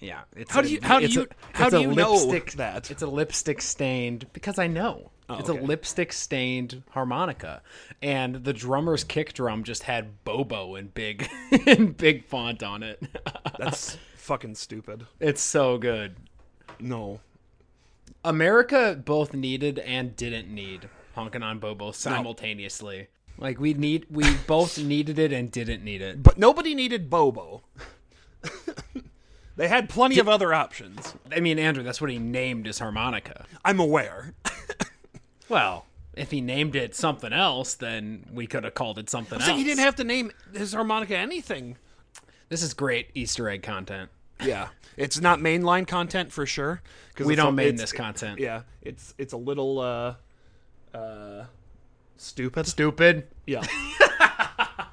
Speaker 2: Yeah, it's
Speaker 3: How do you- how do
Speaker 2: it's
Speaker 3: you- how
Speaker 2: it's a
Speaker 3: do you know
Speaker 2: lipstick,
Speaker 3: that? Oh,
Speaker 2: it's a lipstick stained because I know it's
Speaker 3: okay.
Speaker 2: a lipstick stained harmonica, and the drummer's kick drum just had Bobo in big in big font on it.
Speaker 3: that's fucking stupid.
Speaker 2: it's so good.
Speaker 3: No.
Speaker 2: America both needed and didn't need honking on Bobo simultaneously. Like we need, we both needed it and didn't need it.
Speaker 3: But nobody needed Bobo. they had plenty of other options.
Speaker 2: I mean, Andrew, that's what he named his harmonica.
Speaker 3: I'm aware.
Speaker 2: Well, if he named it something else, then we could have called it something
Speaker 3: So
Speaker 2: else.
Speaker 3: he didn't have to name his harmonica anything.
Speaker 2: This is great Easter egg content.
Speaker 3: Yeah, it's not mainline content for sure. 'cause
Speaker 2: We
Speaker 3: it's
Speaker 2: don't
Speaker 3: a-
Speaker 2: main
Speaker 3: it's-
Speaker 2: this content.
Speaker 3: Yeah, it's it's a little uh, uh, stupid.
Speaker 2: Stupid.
Speaker 3: yeah.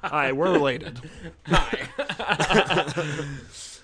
Speaker 3: All right, we're related.
Speaker 2: Hi.